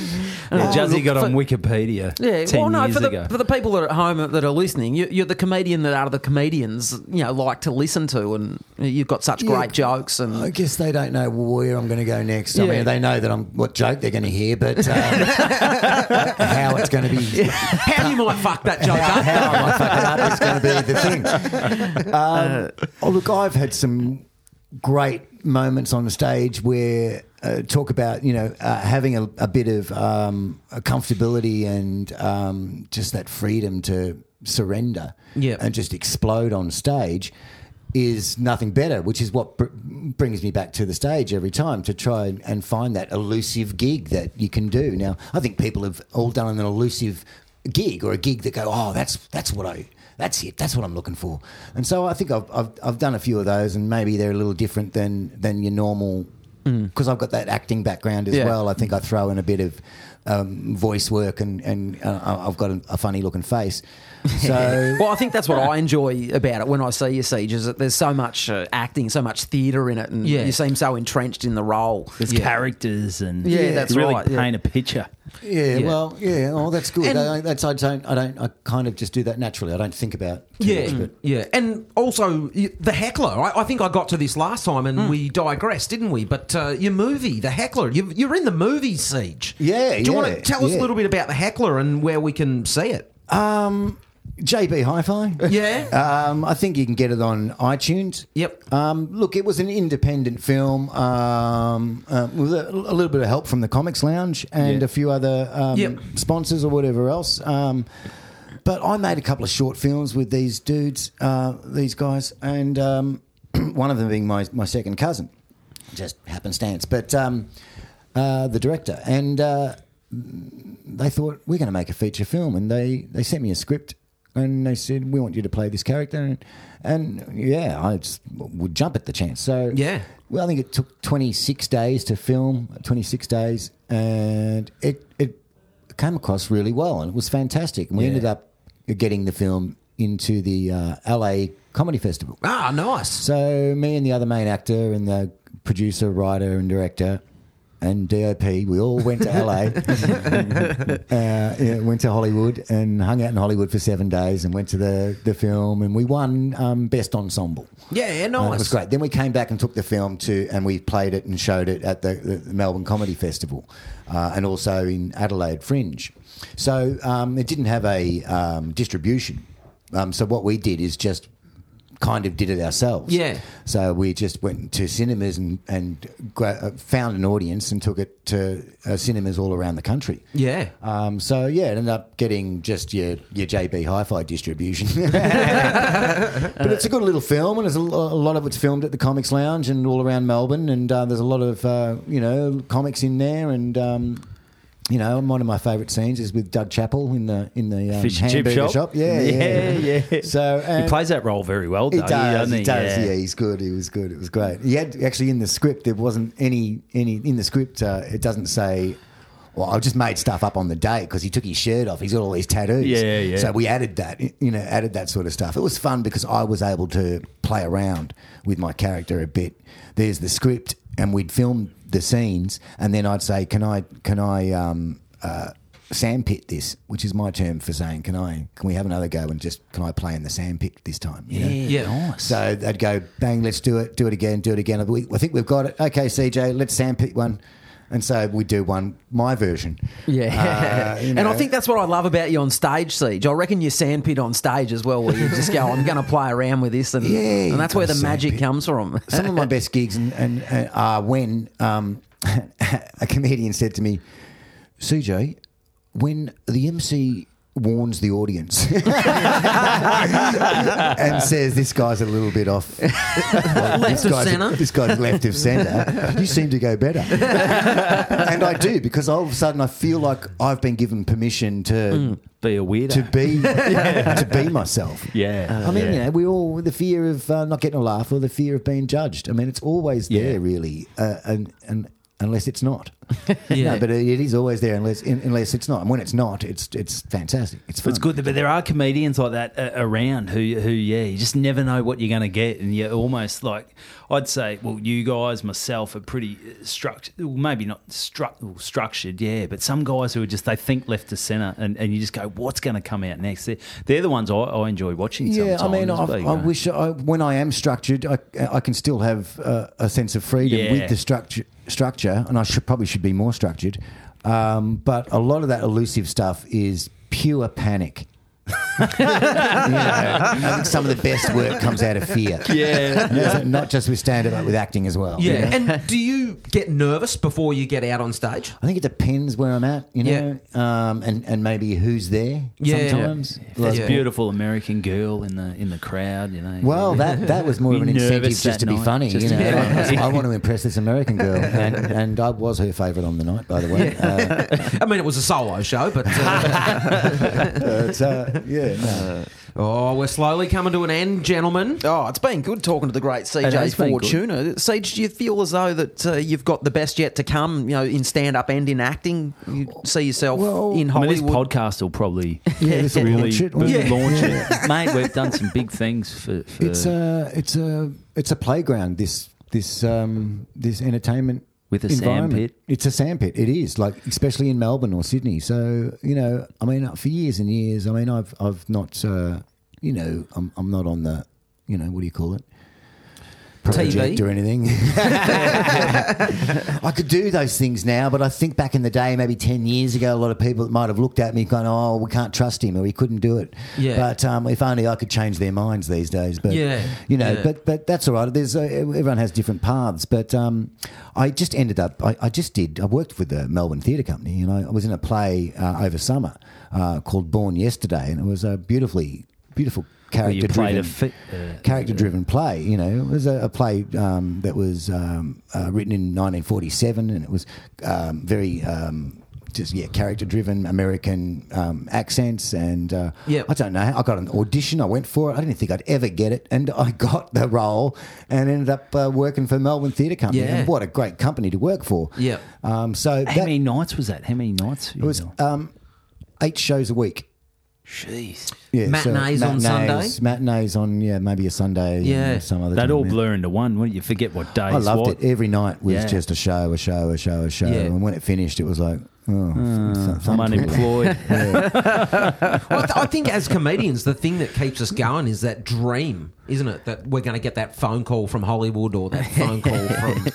Speaker 2: Yeah, Jazzy
Speaker 3: look,
Speaker 2: got
Speaker 3: for-
Speaker 2: on Wikipedia
Speaker 3: Yeah,
Speaker 2: 10
Speaker 3: well, no,
Speaker 2: years
Speaker 3: for the,
Speaker 2: ago.
Speaker 3: for the people that are at home that are listening, you, you're the comedian that other comedians you know like to listen to, and you've got such
Speaker 4: Yeah.
Speaker 3: great jokes. And
Speaker 4: I guess they don't know where I'm going to go next. I
Speaker 3: Yeah.
Speaker 4: mean, they know that I'm what joke they're going to hear, but um, (laughs) how it's going to be,
Speaker 1: How you might fuck that joke
Speaker 4: how,
Speaker 1: up.
Speaker 4: how am I fucking up is going to be the
Speaker 1: (laughs)
Speaker 4: thing. Um,
Speaker 1: Uh,
Speaker 4: oh, look, I've had some great moments on the stage where uh, talk about you know uh, having a, a bit of um, a comfortability and um, just that freedom to surrender
Speaker 1: Yeah.
Speaker 4: and just explode on stage is nothing better, which is what br- brings me back to the stage every time to try and- and find that elusive gig that you can do. Now, I think people have all done an elusive gig or a gig that go, oh, that's that's what I. That's it. That's what I'm looking for. And so I think I've, I've, I've done a few of those, and maybe they're a little different than than your normal, because I've got that acting background as
Speaker 3: Yeah.
Speaker 4: well. I think I throw in a bit of um, voice work, and and uh, I- I've got a, a funny looking face. So
Speaker 3: well, I think that's what I enjoy about it when I see you, Siege, is that there's so much uh, acting, so much theatre in it, and
Speaker 1: Yeah.
Speaker 3: you seem so entrenched in the role.
Speaker 2: There's (laughs) characters and
Speaker 3: Yeah, that's
Speaker 2: you really
Speaker 3: right, yeah.
Speaker 2: paint a picture.
Speaker 4: Yeah,
Speaker 3: Yeah.
Speaker 4: well, yeah. Oh, that's good.
Speaker 1: And-
Speaker 4: I, I- that's I don't. I don't. I kind of just do that naturally. I don't think about. Too
Speaker 1: Yeah, Mm.
Speaker 4: much, but
Speaker 1: yeah, and also y- the heckler. I, I think I got to this last time, and we digressed, didn't we? But uh, your movie, the heckler, you, you're in the movie siege.
Speaker 4: Yeah,
Speaker 1: Do you want to
Speaker 4: yeah,
Speaker 1: tell us a
Speaker 4: yeah.
Speaker 1: little bit about the heckler and where we can see it?
Speaker 4: Um, JB Hi-Fi.
Speaker 1: Yeah.
Speaker 4: Um, I think you can get it on iTunes.
Speaker 1: Yep.
Speaker 4: Um, look, it was an independent film um, uh, with a, a little bit of help from the Comics Lounge and
Speaker 2: Yeah.
Speaker 4: a few other um,
Speaker 1: Yep.
Speaker 4: sponsors or whatever else. Um, but I made a couple of short films with these dudes, uh, these guys, and um, (clears throat) one of them being my, my second cousin, just happenstance. But um, uh, the director and. Uh, they thought we're going to make a feature film, and they they sent me a script, and they said we want you to play this character, and, and yeah, I just would jump at the chance. So
Speaker 1: Yeah.
Speaker 4: well, I think it took 26 days to film, 26 days, and it it came across really well, and it was fantastic. And we ended up getting the film into the uh, LA Comedy Festival.
Speaker 1: ah, nice.
Speaker 4: So me and the other main actor and the producer, writer, and director. And DOP, we all went to LA, uh, yeah, went to Hollywood, and hung out in Hollywood for seven days, and went to the, the film, and we won um, best ensemble.
Speaker 1: Yeah, yeah,
Speaker 4: Uh,
Speaker 1: nice.
Speaker 4: it was great. Then we came back and took the film to, and we played it and showed it at the, the Melbourne Comedy Festival, uh, and also in Adelaide Fringe. So um, it didn't have a um, distribution. Um, so what we did is just kind of did it ourselves.
Speaker 1: Yeah.
Speaker 4: So we just went to cinemas and and gra- uh, found an audience and took it to uh, cinemas all around the country.
Speaker 1: Yeah.
Speaker 4: Um, so yeah, it ended up getting just your your JB Hi-Fi
Speaker 2: (laughs)
Speaker 4: distribution, (laughs) but it's a good little film, and there's a, lo- a lot of it's filmed at the Comics Lounge and all around Melbourne, and uh, there's a lot of uh, you know comics in there, and um, you know one of my favourite scenes is with Doug Chappell in the in the um,
Speaker 2: Fish and chip
Speaker 4: hamburger
Speaker 2: shop.
Speaker 4: Yeah, yeah,
Speaker 2: (laughs) yeah. yeah.
Speaker 4: So
Speaker 2: he
Speaker 4: and-
Speaker 2: plays that role very well. Though,
Speaker 4: he does.
Speaker 2: doesn't
Speaker 4: He,
Speaker 2: he?
Speaker 4: does. Yeah.
Speaker 2: Yeah.
Speaker 4: he's good. He was good. It was great. He had actually in the script there wasn't any any in the script. Uh, it doesn't say. Well, I just made stuff up on the day because he took his shirt off. He's got all these tattoos.
Speaker 2: Yeah, yeah.
Speaker 4: So we added that, you know, added that sort of stuff. It was fun because I was able to play around with my character a bit. There's the script, and we'd film the scenes, and then I'd say, "Can I? Can I?" Um, uh, Sandpit this, which is my term for saying, can I? Can we have another go and just can I play in the sandpit this time? You know?
Speaker 1: Yeah.
Speaker 4: So they'd go, bang, let's do it, do it again, do it again. We, I think we've got it. Okay, CJ, let's sandpit one.
Speaker 6: And so we do one, my version.
Speaker 3: Yeah.
Speaker 6: Uh, you
Speaker 3: And I
Speaker 6: know.
Speaker 3: think that's what I love about you on stage, Siege. I reckon you sandpit on stage as well, where you just go, I'm going to play around with this. And,
Speaker 4: Yeah, you
Speaker 3: and that's where the
Speaker 4: gotta
Speaker 3: magic
Speaker 4: sandpit.
Speaker 3: comes
Speaker 4: (laughs)
Speaker 3: from.
Speaker 4: Some
Speaker 1: Uh,
Speaker 4: of my best gigs and, and, and are when um, (laughs) a comedian said to me, CJ, when the MC warns the audience (laughs) and says this guy's a little bit off
Speaker 1: Left
Speaker 4: this
Speaker 1: of
Speaker 4: guy's-
Speaker 1: centre.
Speaker 4: This guy's left of centre. You seem to go
Speaker 1: (laughs)
Speaker 4: better. and I do because all of a sudden I feel like I've been given permission to
Speaker 1: Mm.
Speaker 2: Be a weirdo.
Speaker 4: to
Speaker 1: (laughs)
Speaker 4: be to be myself.
Speaker 2: yeah.
Speaker 4: I mean,
Speaker 2: Uh, yeah.
Speaker 4: you know, we all the fear of uh, not getting a laugh or the fear of being judged. I mean, it's always
Speaker 2: Yeah.
Speaker 4: there, really, uh, and and unless it's not.
Speaker 2: (laughs) Yeah.
Speaker 4: no, but it, it is always there unless in, unless it's not. And when it's not, it's it's fantastic. It's fun.
Speaker 2: It's good, but there are comedians like that uh, around who, who, yeah, you just never know what you're going to get, and you're almost like, I'd say, well, you guys, myself, are pretty structured. Maybe not struct- well, structured, yeah, but some guys who are just they think left to centre, and, and you just go, what's going to come out next? They're, they're the ones I, I enjoy watching.
Speaker 4: Yeah, I
Speaker 2: sometimes,
Speaker 4: mean,
Speaker 2: but, you
Speaker 4: I, I
Speaker 2: know.
Speaker 4: wish I, when I am structured, I, I can still have uh, a sense of freedom
Speaker 2: Yeah.
Speaker 4: with the structure, structure, and I should probably should be more structured. Um, but a lot of that elusive stuff is pure panic. (laughs) You know, I think some of the best work comes out of fear. (laughs)
Speaker 2: Yeah.
Speaker 4: And that's not just with stand up, but with acting as well.
Speaker 1: Yeah. and do you get nervous before you get out on stage?
Speaker 4: I think it depends where I'm at, you know, um, and and maybe who's there.
Speaker 1: Yeah.
Speaker 4: sometimes.
Speaker 2: That's
Speaker 1: Yeah.
Speaker 2: beautiful American girl in the in the crowd, you know.
Speaker 4: Well, that that was more
Speaker 2: Be
Speaker 4: of an incentive
Speaker 2: (laughs) nervous
Speaker 4: just to
Speaker 2: that
Speaker 4: be
Speaker 2: night,
Speaker 4: funny.
Speaker 2: just
Speaker 4: You
Speaker 2: to
Speaker 4: know,
Speaker 2: be
Speaker 4: (laughs)
Speaker 2: funny.
Speaker 4: I want to impress this American
Speaker 2: (laughs)
Speaker 4: girl, and, and I was her favourite on the night, by the way. Uh,
Speaker 1: I mean, it was a solo show,
Speaker 4: (laughs)
Speaker 1: but uh,
Speaker 4: but, uh, yeah, no.
Speaker 1: oh, we're slowly coming to an end, gentlemen.
Speaker 3: Oh, it's been good talking to the great
Speaker 2: It
Speaker 3: CJ
Speaker 2: has been
Speaker 3: Fortuna. Siege, do you feel as though that uh, you've got the best yet to come? You know, in stand up and in acting, you see yourself
Speaker 4: Well,
Speaker 3: in
Speaker 2: I mean,
Speaker 3: Hollywood.
Speaker 2: this podcast will (laughs) probably
Speaker 4: yeah, this will
Speaker 2: really
Speaker 4: launch it.
Speaker 2: boom,
Speaker 4: won't it?
Speaker 2: launch (laughs) it, mate. We've done some big things for. for
Speaker 4: It's a it's a it's a playground. This this um, this entertainment
Speaker 2: With a
Speaker 4: environment.
Speaker 2: sandpit.
Speaker 4: It's a sandpit. It is like especially in Melbourne or Sydney. So you know, I mean, for years and years, I mean, I've I've not uh, you know, I'm I'm not on the you know what do you call it. Project or anything. (laughs) I could do those things now, but I think back in the day, maybe 10 years ago, a lot of people might have looked at me going, oh, we can't trust him or he couldn't do it.
Speaker 1: Yeah.
Speaker 4: But um, if only I could change their minds these days. But,
Speaker 1: Yeah.
Speaker 4: you know,
Speaker 1: Yeah.
Speaker 4: but but that's all right. There's uh, Everyone has different paths. But um, I just ended up, I, I just did, I worked with the Melbourne Theatre Company and I, I was in a play uh, over summer uh, called Born Yesterday and it was a beautifully, beautiful
Speaker 2: Where
Speaker 4: character
Speaker 2: you played
Speaker 4: driven
Speaker 2: a fi- uh,
Speaker 4: character driven play. You know, it was a, a play um, that was um, uh, written in 1947 and it was um, very. Um, just yeah, character driven American um, accents, and uh,
Speaker 1: Yeah.
Speaker 4: I don't know. I got an audition. I went for it. I didn't think I'd ever get it, and (laughs) I got the role, and ended up uh, working for Melbourne Theatre Company.
Speaker 1: Yeah.
Speaker 4: And what a great company to work for.
Speaker 1: Yeah.
Speaker 4: Um, so
Speaker 2: How
Speaker 4: that
Speaker 2: many nights was that? How many nights?
Speaker 4: it was um, eight shows a week.
Speaker 2: Jeez.
Speaker 4: Yeah, so
Speaker 1: Matinees on Sunday?
Speaker 4: Matinees on yeah, maybe a Sunday. Yeah,
Speaker 1: Yeah.
Speaker 4: some other.
Speaker 2: That
Speaker 4: time,
Speaker 2: all
Speaker 4: yeah.
Speaker 2: blur into one, wouldn't you? Forget what days.
Speaker 4: I loved
Speaker 2: what.
Speaker 4: it. Every night was
Speaker 2: Yeah.
Speaker 4: just a show, a show, a show, a show.
Speaker 1: Yeah. Hmm.
Speaker 4: And when it finished, it was like, oh, th- th- thank
Speaker 2: I'm
Speaker 4: you.
Speaker 2: (laughs) unemployed.
Speaker 1: (laughs) Well, I, th- I think as comedians, the thing that keeps us going is that dream, isn't it? That we're going to get that phone call from Hollywood or that phone call from.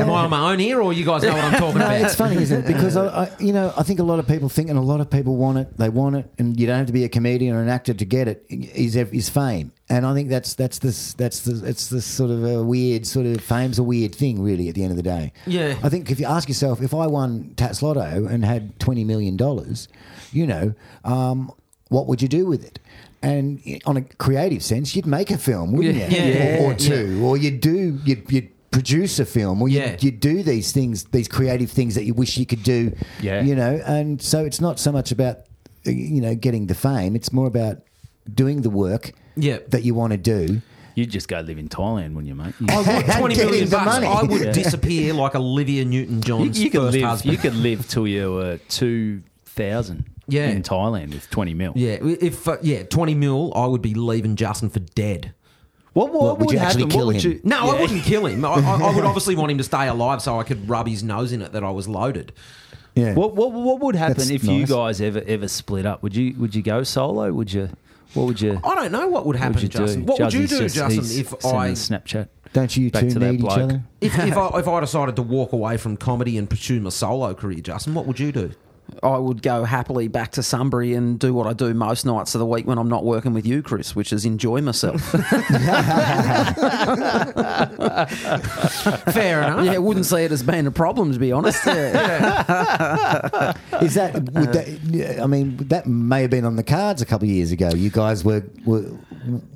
Speaker 1: Am I on my own here, or you guys know what I'm talking
Speaker 4: No,
Speaker 1: about?
Speaker 4: it's funny, isn't it? Because I, I, you know, I think a lot of people think, and a lot of people want it. They want it, and you don't have to be a comedian or an actor to get it. Is ev- is fame, and I think that's that's this that's the it's this sort of a weird sort of fame's a weird thing, really. At the end of the day,
Speaker 1: Yeah.
Speaker 4: I think if you ask yourself, if I won Tats Lotto and had twenty million dollars, you know, um, what would you do with it? And i- on a creative sense, you'd make a film, wouldn't
Speaker 1: Yeah.
Speaker 4: you?
Speaker 1: Yeah.
Speaker 4: Or, or two, or you'd do you'd, you'd produce a film, or you'd,
Speaker 1: Yeah.
Speaker 4: you'd do these things, these creative things that you wish you could do.
Speaker 2: Yeah.
Speaker 4: You know, and so it's not so much about uh, you know getting the fame; it's more about doing the work
Speaker 1: Yeah.
Speaker 4: that you want to do.
Speaker 2: You'd just go live in Thailand, wouldn't you, mate? (laughs) You-
Speaker 1: I want 20
Speaker 4: Getting
Speaker 1: million
Speaker 4: the
Speaker 1: bucks.
Speaker 4: money.
Speaker 1: I would
Speaker 4: Yeah.
Speaker 1: disappear like Olivia Newton
Speaker 2: You,
Speaker 1: John's
Speaker 2: you could
Speaker 1: first
Speaker 2: live.
Speaker 1: husband.
Speaker 2: You could live till you were two thousand.
Speaker 1: Yeah.
Speaker 2: In Thailand with twenty mil.
Speaker 1: yeah, if uh, yeah, 20 mil, I would be leaving Justin for dead.
Speaker 2: What, what,
Speaker 4: would you actually
Speaker 2: happen?
Speaker 4: kill
Speaker 2: what
Speaker 4: him?
Speaker 2: Would you,
Speaker 1: No, I wouldn't kill him. I, I, I would obviously want him to stay alive so I could rub his nose in it that I was loaded.
Speaker 4: Yeah.
Speaker 2: What, (laughs) what what would happen
Speaker 4: That's
Speaker 2: if you
Speaker 4: nice.
Speaker 2: guys ever ever split up? Would you would you go solo? Would you? What would you?
Speaker 1: I don't know what would happen,
Speaker 2: would you
Speaker 1: Justin.
Speaker 2: do?
Speaker 1: What would you
Speaker 2: Justin's
Speaker 1: do,
Speaker 2: just-
Speaker 1: Justin,
Speaker 2: he's
Speaker 1: if
Speaker 2: sending
Speaker 1: I
Speaker 2: a Snapchat?
Speaker 4: Don't you
Speaker 2: back
Speaker 4: two
Speaker 2: to that
Speaker 4: need each
Speaker 2: bloke.
Speaker 4: other?
Speaker 1: If, if, I, if I decided to walk away from comedy and pursue my solo career, Justin, what would you do?
Speaker 3: I would go happily back to Sunbury and do what I do most nights of the week when I'm not working with you, Chris, which is
Speaker 1: (laughs)
Speaker 3: enjoy myself.
Speaker 1: Fair enough.
Speaker 3: (laughs) yeah, I wouldn't see it as being a problem, to
Speaker 1: (laughs)
Speaker 3: be honest. Yeah.
Speaker 4: (laughs) Is that would that? yeah, I mean, that may have been on the cards a couple of years ago. You guys were were,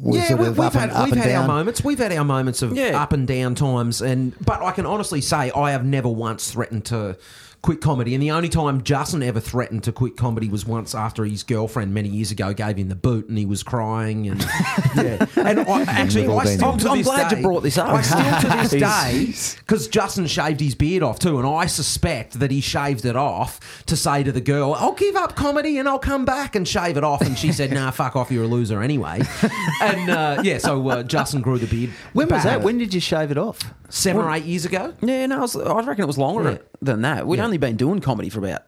Speaker 4: were
Speaker 1: yeah,
Speaker 4: sort
Speaker 1: we,
Speaker 4: of
Speaker 1: we've
Speaker 4: up
Speaker 1: had,
Speaker 4: and up
Speaker 1: we've
Speaker 4: and
Speaker 1: had our
Speaker 4: down.
Speaker 1: moments. We've had our moments of
Speaker 3: Yeah.
Speaker 1: up and down times, and but I can honestly say I have never once threatened to quit comedy. And the only time Justin ever threatened to quit comedy was once after his girlfriend many years ago gave him the boot, and he was crying. And (laughs) yeah, and I, actually,
Speaker 4: all
Speaker 1: I
Speaker 4: been
Speaker 1: still
Speaker 4: there.
Speaker 1: to
Speaker 3: I'm
Speaker 1: this
Speaker 3: glad you
Speaker 1: day-
Speaker 3: brought this up.
Speaker 1: I still to this day because Justin shaved his beard off too, and I suspect that he shaved it off to say to the girl, "I'll give up comedy and I'll come back and shave it off." And she said, "Nah, fuck off, you're a loser anyway."
Speaker 3: (laughs)
Speaker 1: and uh, yeah, so uh, Justin grew the beard.
Speaker 2: When was
Speaker 1: back
Speaker 2: that? When did you shave it off?
Speaker 1: seven or eight years ago?
Speaker 3: yeah, no, I, was, I reckon it was longer
Speaker 1: Yeah.
Speaker 3: than that. We'd
Speaker 1: Yeah.
Speaker 3: only been doing comedy for about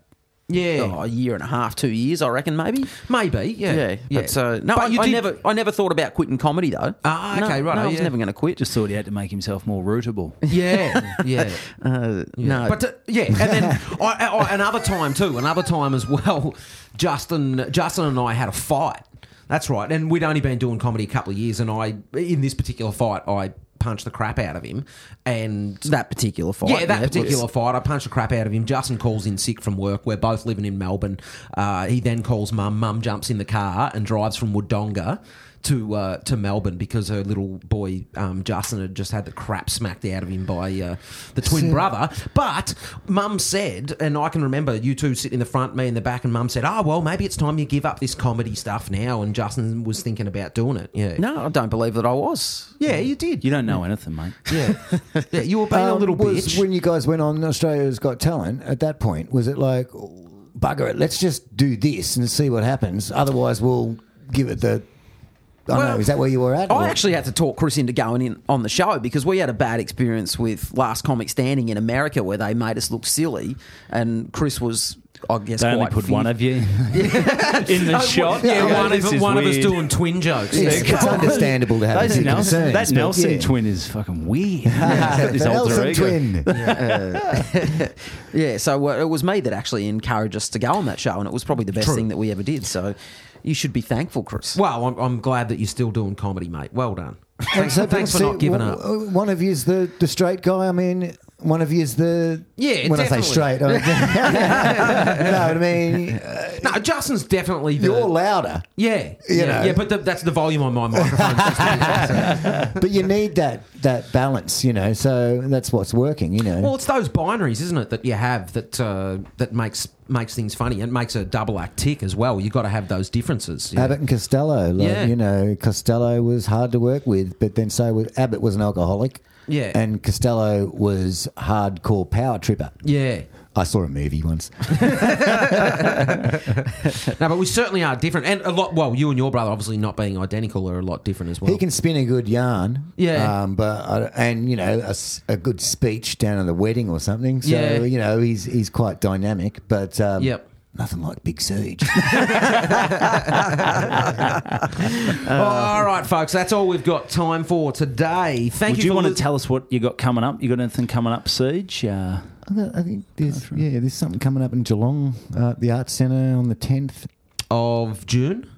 Speaker 1: Yeah,
Speaker 3: oh, a year and a half, two years, I reckon, maybe.
Speaker 1: maybe. Yeah,
Speaker 3: Yeah, But, uh, no,
Speaker 1: But
Speaker 3: I,
Speaker 1: you
Speaker 3: I
Speaker 1: did-
Speaker 3: never, I never thought about quitting comedy though.
Speaker 1: Ah,
Speaker 3: No,
Speaker 1: okay, right,
Speaker 3: No,
Speaker 1: oh,
Speaker 3: I was
Speaker 1: yeah.
Speaker 3: never going to quit.
Speaker 2: Just thought he had to make himself more rootable.
Speaker 1: Yeah, (laughs) yeah.
Speaker 3: (laughs) Uh, No,
Speaker 1: But uh, yeah, and then I, I, another time too, another time as well. (laughs) Justin, Justin and I had a fight. That's right, and we'd only been doing comedy a couple of years, and I, in this particular fight, I punched the crap out of him, and
Speaker 3: that particular fight.
Speaker 1: yeah, that
Speaker 3: it
Speaker 1: particular
Speaker 3: was-
Speaker 1: fight, I punched the crap out of him. Justin calls in sick from work. We're both living in Melbourne. Uh, he then calls mum. Mum jumps in the car and drives from Wodonga to uh, to Melbourne because her little boy um, Justin had just had the crap smacked out of him by uh, the twin brother. But mum said, and I can remember you two sitting in the front, me in the back, and mum said, "Oh well, maybe it's time you give up this comedy stuff now." And Justin was thinking about doing it. Yeah,
Speaker 3: No, I don't believe that I was.
Speaker 1: yeah, you did.
Speaker 2: You don't know anything,
Speaker 1: (laughs)
Speaker 2: mate.
Speaker 1: yeah, yeah, you were being a
Speaker 4: Um,
Speaker 1: little
Speaker 4: was
Speaker 1: bitch.
Speaker 4: when you guys went on Australia's Got Talent. At that point, was it like "Oh, bugger it? Let's just do this and see what happens. Otherwise, we'll give it the. I don't
Speaker 1: Well,
Speaker 4: know. Is that where you were at?
Speaker 3: I
Speaker 4: Or-
Speaker 3: actually had to talk Chris into going in on the show because we had a bad experience with Last Comic Standing in America where they made us look silly, and Chris was, I guess,
Speaker 2: They
Speaker 3: quite
Speaker 2: only put
Speaker 3: fear-
Speaker 2: one of
Speaker 1: (laughs)
Speaker 2: you in the Uh, shot.
Speaker 1: Yeah, one,
Speaker 2: this
Speaker 1: of,
Speaker 2: is
Speaker 1: one of us
Speaker 2: weird. (laughs)
Speaker 1: doing twin jokes.
Speaker 4: It's,
Speaker 1: Nick.
Speaker 4: it's understandable to have a
Speaker 2: Those
Speaker 4: few
Speaker 2: Nelson,
Speaker 4: concerns,
Speaker 2: that
Speaker 4: but
Speaker 2: Nelson
Speaker 4: yeah.
Speaker 2: twin is fucking weird.
Speaker 4: (laughs)
Speaker 2: His
Speaker 4: The
Speaker 2: alter
Speaker 4: Nelson
Speaker 2: ego.
Speaker 4: twin.
Speaker 3: Yeah, so uh, it was me that actually encouraged us to go on that show, and it was probably the best
Speaker 1: True.
Speaker 3: thing that we ever did. So you should be thankful, Chris.
Speaker 1: Well, I'm, I'm glad that you're still doing comedy, mate.
Speaker 4: (laughs)
Speaker 1: Well done. Thanks,
Speaker 4: So,
Speaker 1: thanks for
Speaker 4: so
Speaker 1: not giving
Speaker 4: one,
Speaker 1: up.
Speaker 4: One of you's the, the straight guy. I mean, one of you's the
Speaker 1: Yeah,
Speaker 4: When I
Speaker 1: definitely.
Speaker 4: say straight, I no, I mean (laughs) uh,
Speaker 1: No, Justin's definitely the.
Speaker 4: you're louder,
Speaker 1: yeah, yeah,
Speaker 4: know.
Speaker 1: yeah, but the, that's the volume on my (laughs) microphone.
Speaker 4: but you need that that balance, you know. So that's what's working, you know.
Speaker 1: well, it's those binaries, isn't it, that you have that uh, that makes makes things funny and makes a double act tick as well. You've got to have those differences. yeah.
Speaker 4: Abbott and Costello, like,
Speaker 1: Yeah.
Speaker 4: you know, Costello was hard to work with, but then so was Abbott was an alcoholic,
Speaker 1: Yeah.
Speaker 4: and Costello was hardcore power tripper.
Speaker 1: Yeah.
Speaker 4: I saw a movie once.
Speaker 1: No, but we certainly are different. And a lot, well, you and your brother, obviously not being identical, are a lot different as well.
Speaker 4: He can spin a good yarn,
Speaker 1: Oh. Yeah.
Speaker 4: Um, but I, and you know a, s- a good speech down at a wedding or something. So
Speaker 1: Yeah.
Speaker 4: you know he's he's quite dynamic, but um,
Speaker 1: Yep.
Speaker 4: nothing like Big (laughs) Siege.
Speaker 1: all
Speaker 4: Oh.
Speaker 1: right, folks, that's all we've got time for today. Thank
Speaker 2: Would
Speaker 1: you
Speaker 2: you
Speaker 1: for
Speaker 2: want to
Speaker 1: lis-
Speaker 2: tell us what you got coming up? You got anything coming up, Siege? Uh,
Speaker 4: I th- I think there's yeah there's something coming up in Geelong, uh, at the Arts Centre on the tenth.
Speaker 1: of June.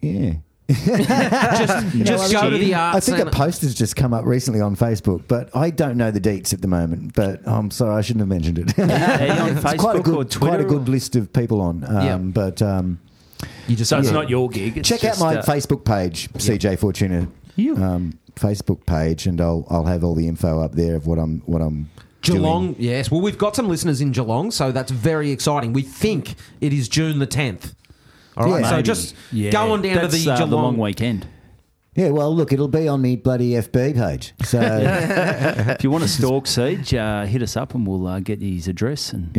Speaker 4: Yeah.
Speaker 1: Just
Speaker 2: I
Speaker 1: go to
Speaker 2: mean?
Speaker 1: the arts.
Speaker 4: I think a
Speaker 1: and-
Speaker 4: poster's just come up recently on Facebook, but I don't know the deets at the moment. But I'm sorry, I shouldn't have mentioned it.
Speaker 2: are you
Speaker 4: (laughs)
Speaker 2: on
Speaker 4: It's quite a
Speaker 2: Facebook
Speaker 4: good,
Speaker 2: or Twitter?
Speaker 4: quite a good
Speaker 2: or-
Speaker 4: list of people on. Um,
Speaker 1: Yeah.
Speaker 4: But um,
Speaker 1: you just
Speaker 2: So it's
Speaker 1: yeah.
Speaker 2: not your gig. It's
Speaker 4: check out
Speaker 2: just,
Speaker 4: my
Speaker 2: uh,
Speaker 4: Facebook page, CJ Fortuna.
Speaker 2: You.
Speaker 4: Um, Facebook page, and I'll I'll have all the info up there of what I'm what I'm
Speaker 1: Geelong,
Speaker 4: doing.
Speaker 1: yes. Well, we've got some listeners in Geelong, so that's very exciting. We think it is June the 10th. All right,
Speaker 4: Yeah.
Speaker 1: so
Speaker 4: Maybe.
Speaker 1: just go on down
Speaker 2: That's,
Speaker 1: to the
Speaker 2: uh,
Speaker 1: Geelong.
Speaker 2: the long weekend.
Speaker 4: Yeah, well, look, it'll be on me bloody FB page. So
Speaker 2: (laughs)
Speaker 4: yeah,
Speaker 2: If you want to stalk Siege, uh, hit us up and we'll uh, get his address. And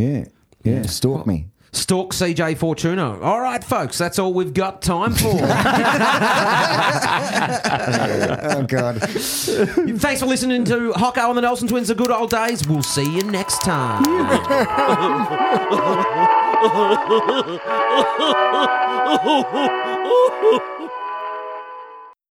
Speaker 4: yeah, stalk
Speaker 2: (laughs)
Speaker 4: me.
Speaker 1: Stalk CJ Fortuna. All right, folks, that's all we've got
Speaker 4: (laughs)
Speaker 1: time for.
Speaker 4: oh God.
Speaker 1: Thanks for listening to Hocko and the Nelson Twins, the good old days. We'll see you next time.